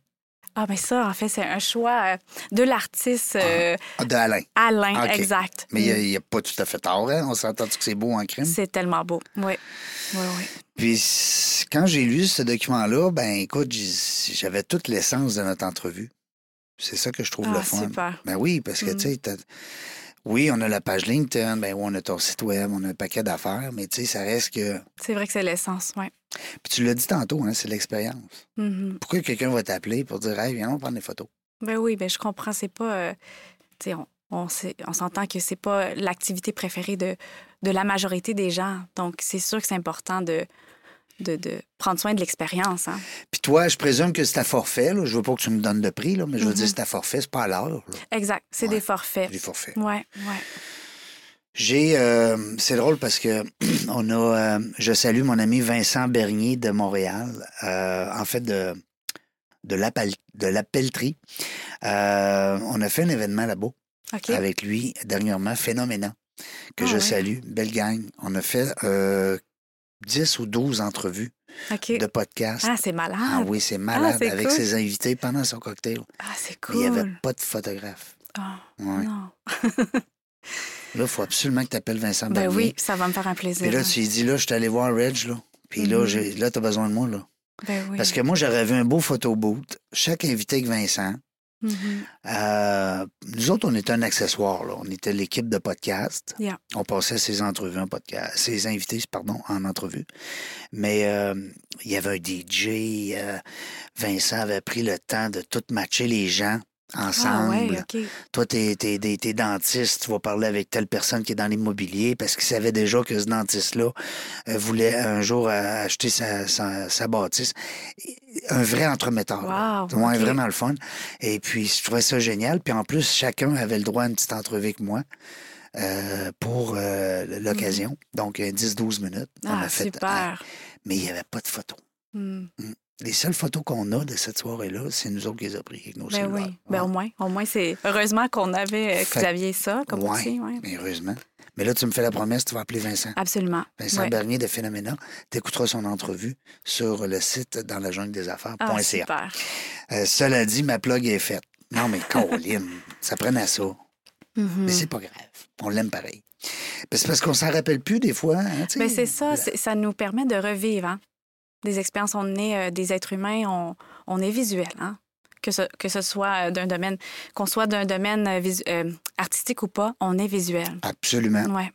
Speaker 3: Ah, mais ça, en fait, c'est un choix euh, de l'artiste euh,
Speaker 2: Ah, de Alain.
Speaker 3: Alain,
Speaker 2: Ok.
Speaker 3: exact. Mhm.
Speaker 2: Mais il n'y a, pas tout à fait tort, hein? On s'entend que c'est beau en crime.
Speaker 3: C'est tellement beau. Oui. Oui, oui.
Speaker 2: Puis c- quand j'ai lu ce document-là, ben écoute, j'ai- j'avais toute l'essence de notre entrevue. C'est ça que je trouve le
Speaker 3: Ah,
Speaker 2: fun.
Speaker 3: super.
Speaker 2: Ben oui, parce que,
Speaker 3: Mm.
Speaker 2: tu sais, t'as- oui, on a la page LinkedIn, ben oui, on a ton site web, on a un paquet d'affaires, mais tu sais, ça reste que.
Speaker 3: C'est vrai que c'est l'essence, oui.
Speaker 2: Puis tu l'as dit tantôt, hein, c'est l'expérience.
Speaker 3: Mhm.
Speaker 2: Pourquoi quelqu'un va t'appeler pour dire Hey, viens, on prend des photos?
Speaker 3: Ben oui, ben je comprends. C'est pas. euh, tu sais, on, on s'est- on s'entend que c'est pas l'activité préférée de, de la majorité des gens. Donc, c'est sûr que c'est important de, de, de prendre soin de l'expérience. hein.
Speaker 2: Puis toi, je présume que c'est à forfait, là. Je veux pas que tu me donnes de prix, là, mais
Speaker 3: Mm-hmm.
Speaker 2: je veux dire, c'est à forfait, c'est pas à l'heure, là,
Speaker 3: Exact. C'est
Speaker 2: Ouais.
Speaker 3: des forfaits.
Speaker 2: les forfaits.
Speaker 3: Oui, oui.
Speaker 2: J'ai. euh, c'est drôle parce que on a. euh, je salue mon ami Vincent Bernier de Montréal, euh, en fait, de, de, la, Pal- de la Pelletrie. Euh, on a fait un événement là-bas.
Speaker 3: OK.
Speaker 2: avec lui dernièrement, phénoménal, que
Speaker 3: Ah
Speaker 2: je
Speaker 3: ouais.
Speaker 2: salue. Belle gang. On a fait euh, 10 ou 12 entrevues
Speaker 3: OK.
Speaker 2: de podcasts.
Speaker 3: Ah, c'est malade.
Speaker 2: Ah oui, c'est malade
Speaker 3: c'est
Speaker 2: avec
Speaker 3: cool.
Speaker 2: ses invités pendant son cocktail.
Speaker 3: Ah, c'est
Speaker 2: Mais Il n'y avait
Speaker 3: cool.
Speaker 2: pas de photographe.
Speaker 3: Ah,
Speaker 2: Ouais.
Speaker 3: non.
Speaker 2: Là, il faut absolument que tu appelles Vincent
Speaker 3: Ben
Speaker 2: Bernier.
Speaker 3: oui, ça va me faire un plaisir.
Speaker 2: Puis là, tu lui dis, là, je suis allé voir Reg, là. Puis là,
Speaker 3: Mhm.
Speaker 2: j'ai- là, t'as besoin de moi, là.
Speaker 3: Ben oui.
Speaker 2: Parce que moi, j'aurais vu un beau photo boot. Chaque invité avec Vincent.
Speaker 3: Mhm.
Speaker 2: Euh, nous autres, on était un accessoire. Là. On était l'équipe de podcast.
Speaker 3: Yeah.
Speaker 2: On passait ses entrevues en podcast, ses invités, pardon, en entrevue. Mais euh, il y avait un DJ. euh, Vincent avait pris le temps de tout matcher les gens ensemble.
Speaker 3: Ah, ouais, OK.
Speaker 2: Toi, t'es es, dentiste, tu vas parler avec telle personne qui est dans l'immobilier parce qu'il savait déjà que ce dentiste-là euh, voulait un jour euh, acheter sa, sa, sa bâtisse. Et- Un vrai entremetteur. là.
Speaker 3: Wow,
Speaker 2: Ouais,
Speaker 3: ok.
Speaker 2: vraiment le fun. Et puis, je trouvais ça génial. Puis en plus, chacun avait le droit à une petite entrevue avec moi. euh, pour euh, l'occasion. Donc, euh, 10-12 minutes. on
Speaker 3: Mm-hmm. Ah,
Speaker 2: a fait-
Speaker 3: super.
Speaker 2: Ah, mais il n'y avait pas de photo.
Speaker 3: Hmm.
Speaker 2: Les seules photos qu'on a de cette soirée-là, c'est nous autres qui les avons prises avec nos
Speaker 3: Ben
Speaker 2: cellulaires.
Speaker 3: oui. Ben au moins, au moins c'est heureusement qu'on avait euh, que
Speaker 2: Fait-
Speaker 3: vous aviez ça comme
Speaker 2: Ouais,
Speaker 3: outil, ouais.
Speaker 2: Mais heureusement. Mais là, tu me fais la promesse, tu vas appeler Vincent.
Speaker 3: Absolument.
Speaker 2: Vincent
Speaker 3: Ouais.
Speaker 2: Bernier de Phénoména. Tu écouteras son entrevue sur le site dans la jungle des
Speaker 3: Ah,
Speaker 2: affaires.ca.
Speaker 3: super.
Speaker 2: Euh, cela dit, ma plug est faite. Non, mais Caroline, ça prenait à ça.
Speaker 3: Mhm.
Speaker 2: Mais c'est pas grave. On l'aime pareil. Ben, C'est parce qu'on s'en rappelle plus des fois. hein, tu sais.
Speaker 3: Mais Ben, c'est ça, c'est- ça nous permet de revivre hein? des expériences. On est euh, des êtres humains, on, on est visuel. Hein? Que, ce, que ce soit euh, d'un domaine, qu'on soit d'un domaine euh, visu- euh, artistique ou pas, on est visuel.
Speaker 2: Absolument.
Speaker 3: Ouais.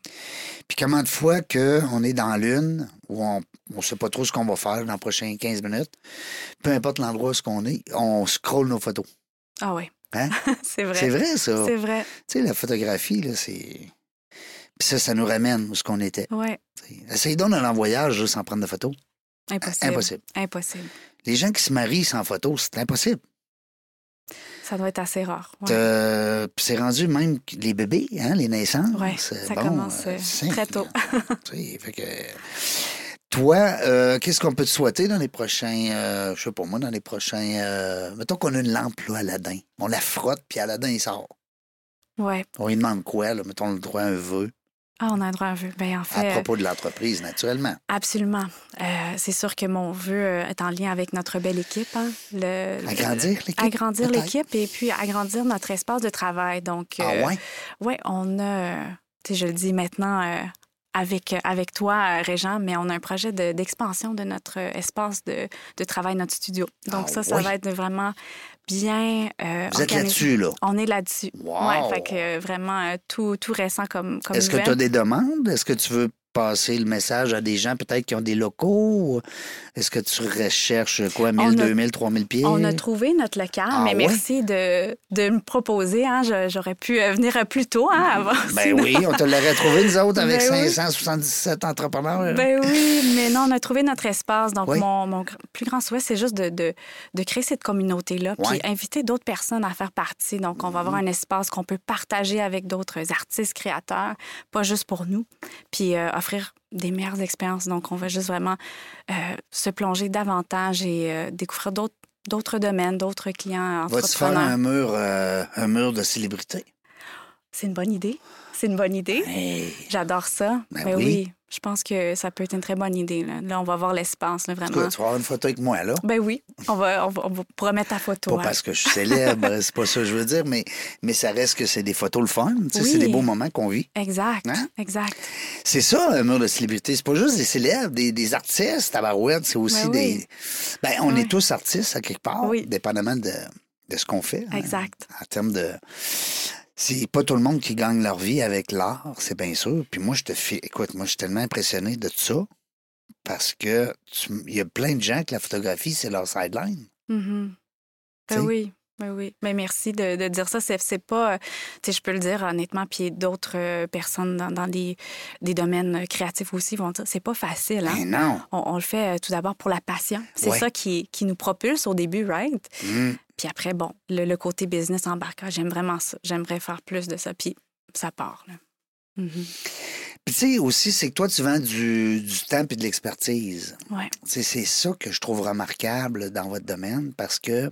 Speaker 2: Puis comment de fois qu'on est dans l'une, où on ne sait pas trop ce qu'on va faire dans les prochaines 15 minutes, peu importe l'endroit où ce qu'on est, on scrolle nos photos.
Speaker 3: Ah oui.
Speaker 2: Hein?
Speaker 3: c'est vrai.
Speaker 2: C'est vrai, ça.
Speaker 3: C'est vrai.
Speaker 2: Tu sais, la photographie, là, c'est. Puis ça, ça nous ramène où ce qu'on était.
Speaker 3: Ouais.
Speaker 2: tu sais. Essaye donc d'aller en voyage juste sans prendre de photos.
Speaker 3: Impossible.
Speaker 2: Impossible.
Speaker 3: Impossible.
Speaker 2: Les gens qui se marient sans photos, c'est impossible.
Speaker 3: Ça doit être assez rare. ouais.
Speaker 2: Euh, puis c'est rendu même que les bébés, hein, les naissances.
Speaker 3: Ouais,
Speaker 2: euh,
Speaker 3: ça
Speaker 2: bon,
Speaker 3: commence,
Speaker 2: euh,
Speaker 3: euh,
Speaker 2: c'est
Speaker 3: très tôt.
Speaker 2: incroyable, tu sais, fait que- Toi, euh, qu'est-ce qu'on peut te souhaiter dans les prochains, euh, je sais pas moi, dans les prochains, euh, mettons qu'on a une lampe là, Aladdin, on la frotte puis Aladdin il sort.
Speaker 3: Ouais.
Speaker 2: On lui demande quoi, là, mettons le droit à un vœu
Speaker 3: Ah, on a le droit à un vœu. Ben, en
Speaker 2: à
Speaker 3: fait,
Speaker 2: propos de l'entreprise, naturellement.
Speaker 3: absolument. Euh, c'est sûr que mon vœu euh, est en lien avec notre belle équipe. Hein? Le, le-
Speaker 2: Agrandir l'équipe.
Speaker 3: agrandir
Speaker 2: peut-être?
Speaker 3: l'équipe et puis agrandir notre espace de travail. Donc,
Speaker 2: Ah
Speaker 3: euh,
Speaker 2: ouais.
Speaker 3: ouais, on a, euh, tu sais, je le dis maintenant euh, avec, euh, avec toi, euh, Régent, mais on a un projet de- d'expansion de, notre euh, espace de, de travail, notre studio. Donc,
Speaker 2: Ah
Speaker 3: ça, ça
Speaker 2: ouais.
Speaker 3: va être vraiment bien euh,
Speaker 2: Vous êtes
Speaker 3: organisé.
Speaker 2: là-dessus là.
Speaker 3: On est là-dessus.
Speaker 2: Wow.
Speaker 3: Ouais, fait que euh, vraiment euh, tout, tout récent comme, comme
Speaker 2: Est-ce que
Speaker 3: nouvelle.
Speaker 2: tu as des demandes? Est-ce que tu veux passer le message à des gens peut-être qui ont des locaux? Est-ce que tu recherches quoi, 1000,
Speaker 3: On a-
Speaker 2: 2000, 3000 pieds?
Speaker 3: On a trouvé notre local,
Speaker 2: Ah
Speaker 3: mais
Speaker 2: ouais?
Speaker 3: merci de, de me proposer. hein. Je- J'aurais pu euh, venir euh, plus tôt hein, avant.
Speaker 2: Ben oui, on te l'aurait trouvé, nous autres, avec
Speaker 3: Ben oui.
Speaker 2: 577 entrepreneurs.
Speaker 3: Ben oui, mais non, on a trouvé notre espace. Donc,
Speaker 2: Oui.
Speaker 3: mon, mon gr- plus grand souhait, c'est juste de, de, de créer cette communauté-là, puis
Speaker 2: Ouais. Mm-hmm.
Speaker 3: inviter d'autres personnes à faire partie. Donc, on va avoir un espace qu'on peut partager avec d'autres artistes, créateurs, pas juste pour nous, puis euh, offrir des meilleures expériences. Donc, on va juste vraiment euh, se plonger davantage et euh, découvrir d'autres d'autres domaines, d'autres clients
Speaker 2: Vas-tu faire un
Speaker 3: entrepreneurs.
Speaker 2: mur, euh, un mur de célébrité?
Speaker 3: C'est une bonne idée. C'est une bonne idée.
Speaker 2: Hey,
Speaker 3: J'adore ça.
Speaker 2: Ben
Speaker 3: Ben
Speaker 2: oui.
Speaker 3: oui. Je pense que ça peut être une très bonne idée. Là, Là, on va voir l'espace, là,
Speaker 2: en
Speaker 3: vraiment.
Speaker 2: tout cas, tu vas avoir une photo avec moi, là.
Speaker 3: Ben oui, on va, on va, on va pourra mettre ta photo.
Speaker 2: Pas
Speaker 3: hein.
Speaker 2: parce que je suis célèbre, c'est pas ça que je veux dire, mais, mais ça reste que c'est des photos le fun. tu sais, C'est
Speaker 3: Oui.
Speaker 2: des beaux moments qu'on vit.
Speaker 3: Exact,
Speaker 2: Hein?
Speaker 3: exact.
Speaker 2: C'est ça, un mur de célébrité. C'est pas juste des célèbres, des, des artistes, tabarouette, c'est aussi
Speaker 3: Ben oui.
Speaker 2: des... Ben, on
Speaker 3: Ouais.
Speaker 2: est tous artistes à quelque part,
Speaker 3: Oui.
Speaker 2: dépendamment de, de ce qu'on fait. hein,
Speaker 3: Exact.
Speaker 2: en termes de... C'est pas tout le monde qui gagne leur vie avec l'art, c'est bien sûr. Puis moi, je te fais... Écoute, moi, je suis tellement impressionné de ça parce que tu- il y a plein de gens que la photographie, c'est leur sideline.
Speaker 3: Mhm.
Speaker 2: T'sais.
Speaker 3: Ben oui. Ben oui, mais merci de, de dire ça. C'est c'est pas, euh, tu sais, je peux le dire honnêtement, puis d'autres euh, personnes dans, dans les, des domaines euh, créatifs aussi vont dire, c'est pas facile. Hein?
Speaker 2: Ben non.
Speaker 3: On, on le fait euh, tout d'abord pour la passion. C'est
Speaker 2: Ouais.
Speaker 3: ça qui, qui nous propulse au début, right?
Speaker 2: Hmm.
Speaker 3: Puis après, bon, le, le côté business embarque. Ah, J'aime vraiment ça. J'aimerais faire plus de ça. Puis ça part. Là. Mhm.
Speaker 2: Puis tu sais, aussi, c'est que toi, tu vends du, du temps et de l'expertise.
Speaker 3: Ouais.
Speaker 2: Tu sais, C'est ça que je trouve remarquable dans votre domaine parce que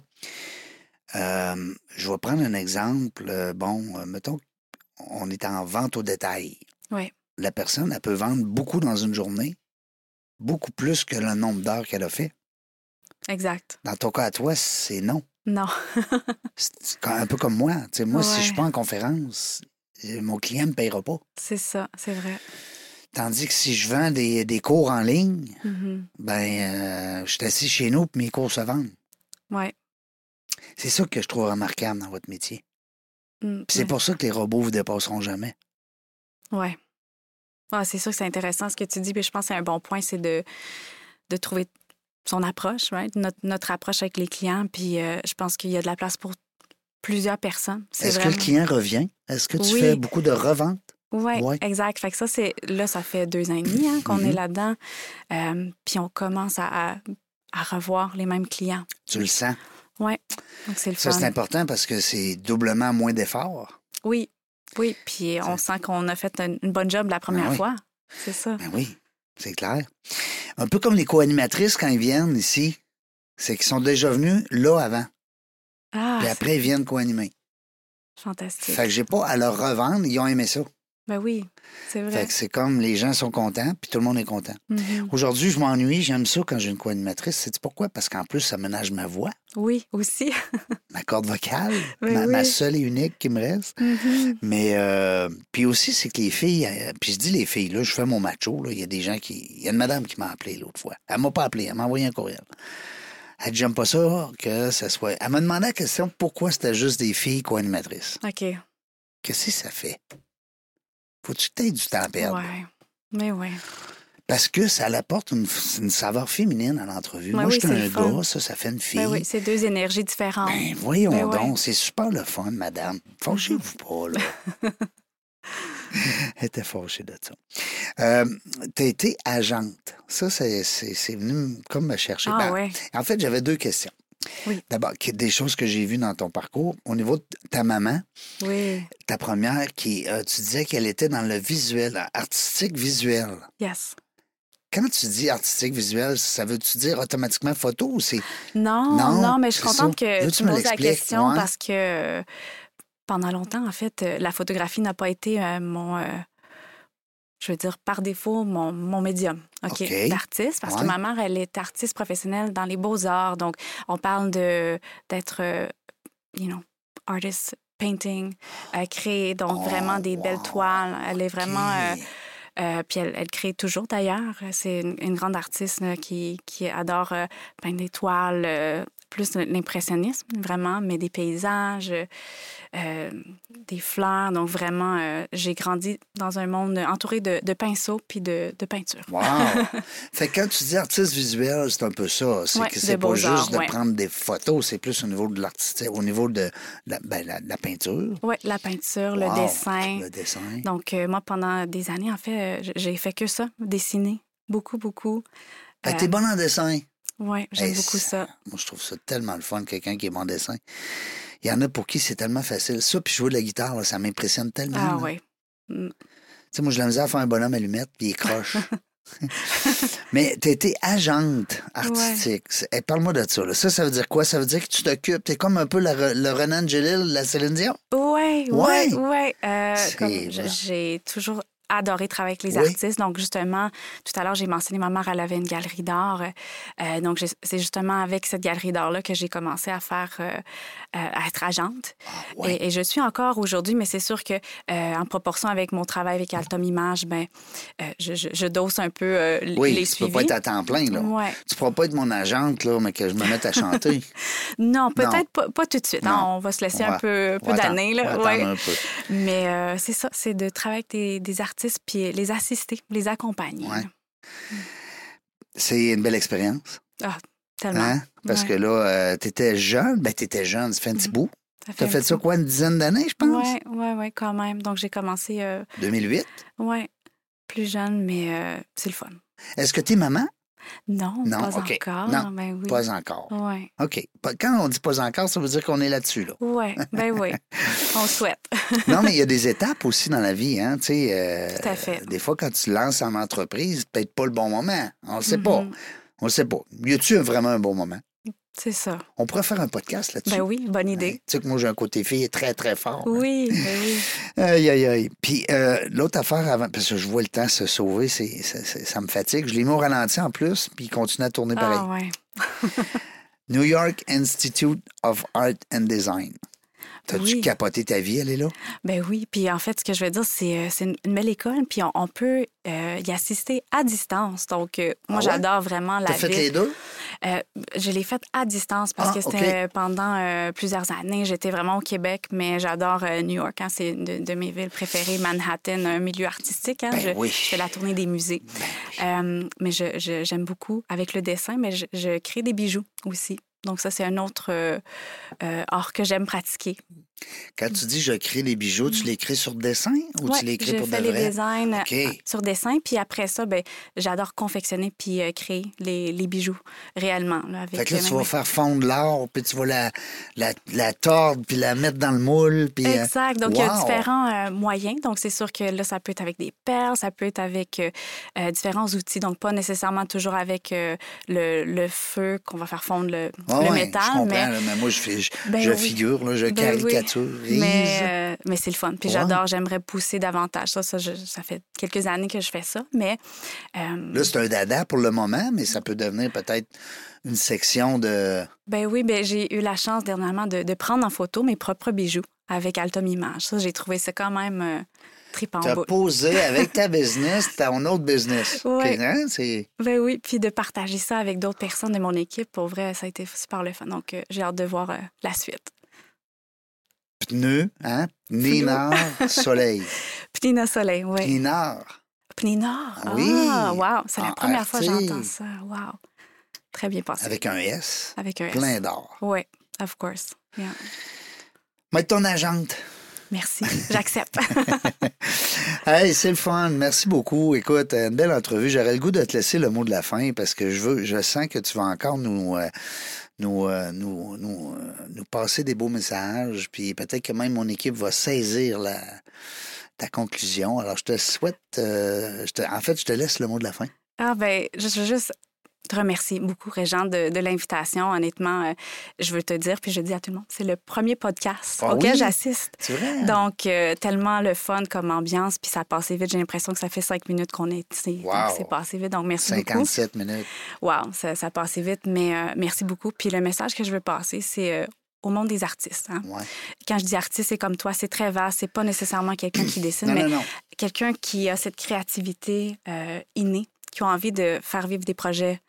Speaker 2: euh, je vais prendre un exemple. euh, Bon, euh, mettons, on est en vente au détail.
Speaker 3: Ouais.
Speaker 2: La personne, elle peut vendre beaucoup dans une journée, beaucoup plus que le nombre d'heures qu'elle a fait.
Speaker 3: Exact.
Speaker 2: Dans ton cas, à toi, c'est non.
Speaker 3: Non.
Speaker 2: C'est c'est quand- un peu comme moi. Tu sais, moi, si je
Speaker 3: Ouais.
Speaker 2: suis pas en conférence, euh, mon client me payera pas.
Speaker 3: C'est ça. C'est vrai.
Speaker 2: Tandis que si je vends des, des cours en ligne,
Speaker 3: Mhm.
Speaker 2: ben, euh, je suis assis chez nous et mes cours se vendent.
Speaker 3: Ouais.
Speaker 2: C'est ça que je trouve remarquable dans votre métier.
Speaker 3: Mm,
Speaker 2: Puis c'est pour ça que les robots vous dépasseront jamais.
Speaker 3: ouais. Ouais. Ah, c'est sûr que c'est intéressant ce que tu dis, puis je pense que c'est un bon point, c'est de, de trouver son approche, right? notre, notre approche avec les clients. Puis euh, je pense qu'il y a de la place pour plusieurs personnes. C'est
Speaker 2: Est-ce que
Speaker 3: vraiment-
Speaker 2: le client revient? Est-ce que tu
Speaker 3: Oui.
Speaker 2: fais beaucoup de reventes?
Speaker 3: Oui,
Speaker 2: Ouais.
Speaker 3: exact. Fait que ça, c'est là, ça fait deux ans et demi hein, qu'on
Speaker 2: Mhm.
Speaker 3: est là-dedans. Euh, puis on commence à, à- à revoir les mêmes clients.
Speaker 2: Tu le sens.
Speaker 3: Oui, donc c'est le
Speaker 2: Ça,
Speaker 3: fun.
Speaker 2: c'est important parce que c'est doublement moins d'efforts.
Speaker 3: Oui, oui. Puis on sent qu'on a fait une, une bonne job la première
Speaker 2: Ah oui.
Speaker 3: fois. C'est ça.
Speaker 2: Ben oui, c'est clair. Un peu comme les co-animatrices quand ils viennent ici. C'est qu'ils sont déjà venus là avant.
Speaker 3: Ah,
Speaker 2: puis
Speaker 3: c'est
Speaker 2: après, ils viennent co-animer.
Speaker 3: fantastique.
Speaker 2: Fait que j'ai pas à leur revendre, ils ont aimé ça.
Speaker 3: Ben oui, c'est
Speaker 2: Fait
Speaker 3: vrai.
Speaker 2: que c'est comme les gens sont contents, puis tout le monde est content.
Speaker 3: Mhm.
Speaker 2: Aujourd'hui, je m'ennuie, j'aime ça quand j'ai une co-animatrice. Sais-tu pourquoi? Parce qu'en plus, ça ménage ma voix,
Speaker 3: Oui, aussi.
Speaker 2: ma corde vocale,
Speaker 3: Ben
Speaker 2: ma, ma
Speaker 3: oui.
Speaker 2: seule et unique qui me reste.
Speaker 3: Mhm.
Speaker 2: Mais euh, puis aussi, c'est que les filles, euh, puis je dis les filles, là, je fais mon macho, là, il y a des gens qui... Il y a une madame qui m'a appelé l'autre fois. Elle m'a pas appelé, elle m'a envoyé un courriel. Elle dit, j'aime pas ça que ça soit... Elle m'a demandé la question, pourquoi c'était juste des filles co-animatrices?
Speaker 3: OK.
Speaker 2: Qu'est-ce que ça fait? Faut-tu que t'aies du temps à perdre?
Speaker 3: Ouais. Mais oui.
Speaker 2: Parce que ça apporte une, f- une saveur féminine à l'entrevue.
Speaker 3: Ben
Speaker 2: Moi,
Speaker 3: oui,
Speaker 2: je
Speaker 3: c'est
Speaker 2: suis un
Speaker 3: le fun.
Speaker 2: gars, ça, ça fait une fille.
Speaker 3: Ben oui, c'est deux énergies différentes.
Speaker 2: Ben, voyons
Speaker 3: Ben ouais.
Speaker 2: donc, c'est super le fun, madame. Fâchez-vous pas, là. Elle était fâchée de ça. Euh, T'as été agente. Ça, c'est c'est- c'est venu m- comme me chercher.
Speaker 3: ah
Speaker 2: Ben,
Speaker 3: ouais.
Speaker 2: En fait, j'avais deux questions.
Speaker 3: Oui.
Speaker 2: D'abord, qui- des choses que j'ai vues dans ton parcours. Au niveau de ta maman,
Speaker 3: Oui.
Speaker 2: ta première, qui, euh, tu disais qu'elle était dans le visuel, artistique visuel.
Speaker 3: Yes.
Speaker 2: Quand tu dis artistique visuel, ça veut-tu dire automatiquement photo ou c'est
Speaker 3: Non,
Speaker 2: Non,
Speaker 3: non, mais je suis
Speaker 2: c'est
Speaker 3: contente
Speaker 2: ça.
Speaker 3: que
Speaker 2: Veux-tu
Speaker 3: tu
Speaker 2: me
Speaker 3: me poses la
Speaker 2: l'expliques,
Speaker 3: question
Speaker 2: ouais?
Speaker 3: parce que euh, pendant longtemps, en fait, euh, la photographie n'a pas été euh, mon, euh, je veux dire, par défaut, mon, mon médium ok,
Speaker 2: OK.
Speaker 3: d'artiste parce
Speaker 2: Ouais.
Speaker 3: que ma mère, elle est artiste professionnelle dans les beaux-arts. Donc, on parle de d'être, euh, you know, artist painting, euh, créer, donc
Speaker 2: Oh,
Speaker 3: vraiment des belles
Speaker 2: wow.
Speaker 3: toiles. Elle est vraiment... euh,
Speaker 2: Ok.
Speaker 3: euh, puis elle, elle crée toujours d'ailleurs. C'est une, une grande artiste là, qui, qui adore euh, peindre des toiles, euh, plus l'impressionnisme vraiment, mais des paysages, euh, euh, des fleurs. Donc vraiment, euh, j'ai grandi dans un monde entouré de, de pinceaux puis de, de peinture.
Speaker 2: Wow! fait que quand tu dis artiste visuel, c'est un peu ça. C'est
Speaker 3: Ouais,
Speaker 2: que c'est
Speaker 3: de
Speaker 2: pas
Speaker 3: beaux-arts,
Speaker 2: juste de
Speaker 3: ouais.
Speaker 2: prendre des photos, c'est plus au niveau de l'artiste, au niveau de la, ben, la- la peinture.
Speaker 3: Oui, la peinture,
Speaker 2: Wow!
Speaker 3: le dessin.
Speaker 2: Le dessin.
Speaker 3: Donc euh, moi, pendant des années, en fait, euh, j- j'ai fait que ça, dessiner. Beaucoup, beaucoup.
Speaker 2: Fait que
Speaker 3: euh,
Speaker 2: t'es bonne en dessin.
Speaker 3: Oui, j'aime
Speaker 2: Hey,
Speaker 3: beaucoup ça.
Speaker 2: Moi, je trouve ça tellement le fun, quelqu'un qui est bon en dessin. Il y en a pour qui c'est tellement facile. Ça, puis jouer de la guitare, là, ça m'impressionne tellement.
Speaker 3: Ah
Speaker 2: là.
Speaker 3: oui.
Speaker 2: Tu sais, moi, je la misère à faire un bonhomme allumette, puis il est croche. Mais tu été agente artistique. C'est- eh, Parle-moi de ça. là. Ça, ça veut dire quoi? Ça veut dire que tu t'occupes. T'es comme un peu la, Re- le Renan Gélil, la Céline Dion.
Speaker 3: Ouais,
Speaker 2: Ouais.
Speaker 3: ouais, ouais. Euh,
Speaker 2: C'est
Speaker 3: comme
Speaker 2: vrai.
Speaker 3: j- j'ai toujours adoré travailler avec les
Speaker 2: Oui.
Speaker 3: artistes. Donc, justement, tout à l'heure, j'ai mentionné ma mère, elle avait une galerie d'art. Euh, donc, j'ai- c'est justement avec cette galerie d'art-là que j'ai commencé à faire, euh, euh, à être agente.
Speaker 2: ouais.
Speaker 3: Et, et je suis encore aujourd'hui, mais c'est sûr que euh, en proportion avec mon travail avec Altom Image, ben, euh, je, je- je dose un peu euh, l-
Speaker 2: Oui,
Speaker 3: les
Speaker 2: tu
Speaker 3: suivis.
Speaker 2: peux pas être à temps plein. Là.
Speaker 3: Ouais.
Speaker 2: Tu pourras pas être mon agente, là, mais que je me mette à chanter.
Speaker 3: Non, peut-être pas, pas tout de suite. hein.
Speaker 2: Non.
Speaker 3: on va se laisser
Speaker 2: On va-
Speaker 3: un peu,
Speaker 2: On
Speaker 3: peu
Speaker 2: va attendre-
Speaker 3: d'années.
Speaker 2: on va
Speaker 3: là.
Speaker 2: attendre
Speaker 3: Ouais.
Speaker 2: un peu.
Speaker 3: Mais euh, c'est ça, c'est de travailler avec des, des artistes puis les assister, les accompagner.
Speaker 2: Ouais. C'est une belle expérience.
Speaker 3: Tellement.
Speaker 2: Hein? Parce
Speaker 3: Ouais. Mm.
Speaker 2: que là, tu étais jeune. Ben, tu étais jeune, ça fait un petit bout. Tu as
Speaker 3: un
Speaker 2: fait
Speaker 3: petit
Speaker 2: ça, quoi, une dizaine d'années, je pense?
Speaker 3: Ouais, ouais, ouais, quand même. Donc j'ai commencé, euh,
Speaker 2: 2008.
Speaker 3: ouais, plus jeune, mais euh, c'est le fun.
Speaker 2: Est-ce que t'es maman?
Speaker 3: Non,
Speaker 2: Non,
Speaker 3: pas
Speaker 2: OK.
Speaker 3: encore.
Speaker 2: Non,
Speaker 3: ben oui.
Speaker 2: Pas encore.
Speaker 3: Ouais.
Speaker 2: OK. Pas- Quand on dit pas encore, ça veut dire qu'on est là-dessus, là.
Speaker 3: Ouais, ben oui. On souhaite.
Speaker 2: Non, mais il y a des étapes aussi dans la vie, hein, tu sais. euh,
Speaker 3: Tout à fait.
Speaker 2: Des fois, quand tu lances en entreprise, c'est peut-être pas le bon moment. On le sait pas.
Speaker 3: Mhm.
Speaker 2: On le sait pas. Y a-tu vraiment un bon moment?
Speaker 3: C'est ça.
Speaker 2: On pourrait faire un podcast là-dessus.
Speaker 3: Ben oui, bonne
Speaker 2: Hein?
Speaker 3: idée.
Speaker 2: Tu sais que moi, j'ai un côté fille très, très fort. hein.
Speaker 3: Oui, ben oui.
Speaker 2: Aïe, aïe, aïe. Puis euh, l'autre affaire, avant, parce que je vois le temps se sauver, c'est, c'est- c'est- ça me fatigue. Je l'ai mis au ralenti en plus, puis il continue à tourner pareil.
Speaker 3: Ah ouais.
Speaker 2: New York Institute of Art and Design. T'as-tu
Speaker 3: Oui.
Speaker 2: capoté ta vie, elle est là?
Speaker 3: Ben oui, puis en fait, ce que je veux dire, c'est euh, c'est une une belle école, puis on, on peut euh, y assister à distance. Donc, euh, moi,
Speaker 2: Ah ouais?
Speaker 3: j'adore vraiment la
Speaker 2: T'as fait
Speaker 3: ville.
Speaker 2: les deux?
Speaker 3: Euh, je l'ai faite à distance parce
Speaker 2: Ah,
Speaker 3: que c'était
Speaker 2: ok.
Speaker 3: euh, pendant euh, plusieurs années. J'étais vraiment au Québec, mais j'adore euh, New York. hein. c'est une de, de mes villes préférées, Manhattan, un milieu artistique. hein.
Speaker 2: Ben
Speaker 3: je,
Speaker 2: oui. Ben
Speaker 3: je fais la tournée des musées. Euh, mais je- je- j'aime beaucoup avec le dessin, mais je, je crée des bijoux aussi. Donc ça, c'est un autre euh, euh, art que j'aime pratiquer.
Speaker 2: Quand tu dis je crée les bijoux, tu les crées sur dessin ou
Speaker 3: Mm. Ouais,
Speaker 2: tu les crées
Speaker 3: je
Speaker 2: pour
Speaker 3: fais
Speaker 2: de
Speaker 3: les
Speaker 2: vrai?
Speaker 3: designs
Speaker 2: OK.
Speaker 3: euh, sur dessin, puis après ça, ben, j'adore confectionner puis euh, créer les, les bijoux réellement. Là, avec
Speaker 2: Fait que là,
Speaker 3: euh,
Speaker 2: tu vas
Speaker 3: mes mains.
Speaker 2: faire fondre l'or, puis tu vas la, la, la tordre, puis la mettre dans le moule. Puis, euh,
Speaker 3: Exact. Donc, il y a
Speaker 2: wow!
Speaker 3: différents euh, moyens. Donc, c'est sûr que là, ça peut être avec des perles, ça peut être avec euh, euh, différents outils. Donc, pas nécessairement toujours avec euh, le, le feu qu'on va faire fondre le,
Speaker 2: Ah
Speaker 3: le
Speaker 2: ouais,
Speaker 3: métal.
Speaker 2: je comprends,
Speaker 3: mais
Speaker 2: là, mais moi, je, fais- je,
Speaker 3: Ben
Speaker 2: je
Speaker 3: oui.
Speaker 2: figure, là, je
Speaker 3: Ben oui.
Speaker 2: caricaturise.
Speaker 3: Mais, euh, mais c'est le fun. Puis
Speaker 2: Ouais.
Speaker 3: j'adore, j'aimerais pousser davantage. Ça, ça, je- ça fait quelques années que je fais ça. Mais euh,
Speaker 2: Là, c'est un dada pour le moment, mais ça peut devenir peut-être une section de...
Speaker 3: ben oui, ben, j'ai eu la chance dernièrement de, de prendre en photo mes propres bijoux avec Altom Image. Ça, j'ai trouvé ça quand même euh, tripant
Speaker 2: T'as
Speaker 3: bout.
Speaker 2: posé avec ta business, ton autre business.
Speaker 3: Ouais.
Speaker 2: Ok, hein, c'est-
Speaker 3: Ben oui, puis de partager ça avec d'autres personnes de mon équipe, pour vrai, ça a été super le fun. Donc, euh, j'ai hâte de voir euh, la suite.
Speaker 2: Pneu, hein? Nénard, soleil.
Speaker 3: Pnina Soleil, oui.
Speaker 2: Nénard.
Speaker 3: Pnina.
Speaker 2: Ah oui.
Speaker 3: Ah, wow, c'est la
Speaker 2: En
Speaker 3: première fois que
Speaker 2: RT.
Speaker 3: j'entends ça. Wow. Très bien passé.
Speaker 2: Avec un S.
Speaker 3: Avec un S.
Speaker 2: Plein d'or.
Speaker 3: Oui, of course. Yeah.
Speaker 2: Mets ton agente.
Speaker 3: Merci, j'accepte.
Speaker 2: Hey, c'est le fun. Merci beaucoup. Écoute, une belle entrevue. J'aurais le goût de te laisser le mot de la fin parce que je veux, je sens que tu vas encore nous, euh, nous, euh, nous, nous, euh, nous passer des beaux messages. Puis peut-être que même mon équipe va saisir la, ta conclusion. Alors, je te souhaite. euh, je te- en fait, je te laisse le mot de la fin.
Speaker 3: ah ben, je je veux juste te remercier beaucoup, Régent, de, de l'invitation. Honnêtement, euh, je veux te dire, puis je le dis à tout le monde, c'est le premier podcast
Speaker 2: Ah
Speaker 3: auquel
Speaker 2: oui?
Speaker 3: j'assiste.
Speaker 2: C'est vrai? hein?
Speaker 3: Donc, euh, tellement le fun comme ambiance, puis ça a passé vite. J'ai l'impression que ça fait cinq minutes qu'on est ici.
Speaker 2: Wow.
Speaker 3: Donc, c'est passé vite. Donc, merci beaucoup.
Speaker 2: 57 minutes.
Speaker 3: Wow, ça, ça a passé vite, mais euh, merci beaucoup. Puis le message que je veux passer, c'est euh, au monde des artistes. hein.
Speaker 2: Ouais.
Speaker 3: Quand je dis artiste, c'est comme toi, c'est très vaste. C'est pas nécessairement quelqu'un qui dessine,
Speaker 2: Non,
Speaker 3: mais
Speaker 2: non, non.
Speaker 3: quelqu'un qui a cette créativité euh, innée, qui a envie de faire vivre des projets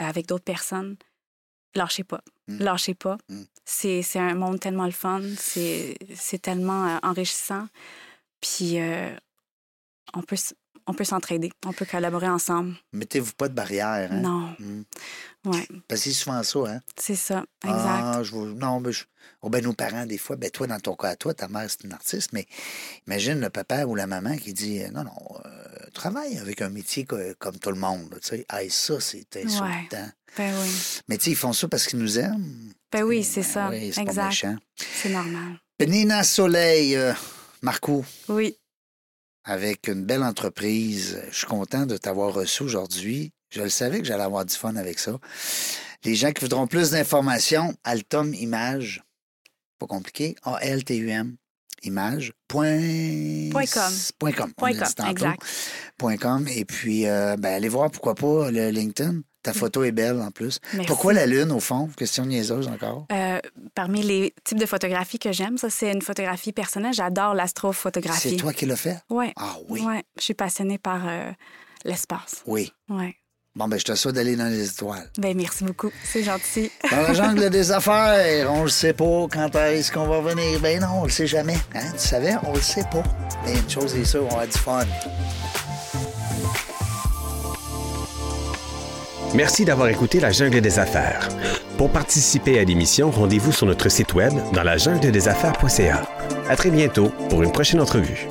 Speaker 3: euh, avec d'autres personnes, lâchez pas.
Speaker 2: Mm.
Speaker 3: Lâchez pas.
Speaker 2: Mm.
Speaker 3: C'est c'est un monde tellement le fun, c'est c'est tellement euh, enrichissant. Puis euh, on peut s- on peut s'entraider, on peut collaborer ensemble.
Speaker 2: Mettez-vous pas de barrière. Hein?
Speaker 3: Non,
Speaker 2: Mm.
Speaker 3: ouais,
Speaker 2: Parce que c'est souvent ça, hein?
Speaker 3: c'est ça, exact.
Speaker 2: Ah, je vois- non, mais je- oh, ben, nos parents, des fois, ben, toi, dans ton cas, à toi, ta mère, c'est une artiste, mais imagine le papa ou la maman qui dit euh, Non, non, euh, travaille avec un métier co- comme tout le monde. là, Tu sais, Hey, ça, c'est insultant.
Speaker 3: Ben oui,
Speaker 2: Mais tu sais, ils font ça parce qu'ils nous aiment.
Speaker 3: ben oui,
Speaker 2: Ben
Speaker 3: c'est ça,
Speaker 2: oui, c'est pas
Speaker 3: exact.
Speaker 2: méchant.
Speaker 3: C'est normal.
Speaker 2: Nina Soleil, euh, Marco,
Speaker 3: Oui,
Speaker 2: avec une belle entreprise. Je suis content de t'avoir reçu aujourd'hui. Je le savais que j'allais avoir du fun avec ça. Les gens qui voudront plus d'informations, Altum Image, pas compliqué, A-L-T-U-M, image, point...
Speaker 3: Point com.
Speaker 2: Point com, on
Speaker 3: point
Speaker 2: l'a dit
Speaker 3: com,
Speaker 2: tantôt.
Speaker 3: exact.
Speaker 2: Point com. Et puis, euh, ben, allez voir, pourquoi pas, le LinkedIn. Ta photo est belle, en plus.
Speaker 3: Mm. Merci.
Speaker 2: Pourquoi la lune, au fond? Question niaiseuse encore.
Speaker 3: Euh, parmi les types de photographies que j'aime, ça, c'est une photographie personnelle. J'adore l'astrophotographie.
Speaker 2: C'est toi qui l'as fait?
Speaker 3: Ouais.
Speaker 2: Ah oui,
Speaker 3: Ouais. Je suis passionnée par euh, l'espace.
Speaker 2: oui.
Speaker 3: Ouais.
Speaker 2: Bon, ben, je te souhaite d'aller dans les étoiles.
Speaker 3: Ben merci beaucoup. C'est gentil.
Speaker 2: Dans la jungle des affaires, on le sait pas quand est-ce qu'on va venir. Ben non, on le sait jamais. Hein? Tu savais, on le sait pas. Mais une chose est sûre, on a du fun.
Speaker 1: Merci d'avoir écouté La Jungle des Affaires. Pour participer à l'émission, rendez-vous sur notre site web dans la jungle des affaires.ca. À très bientôt pour une prochaine entrevue.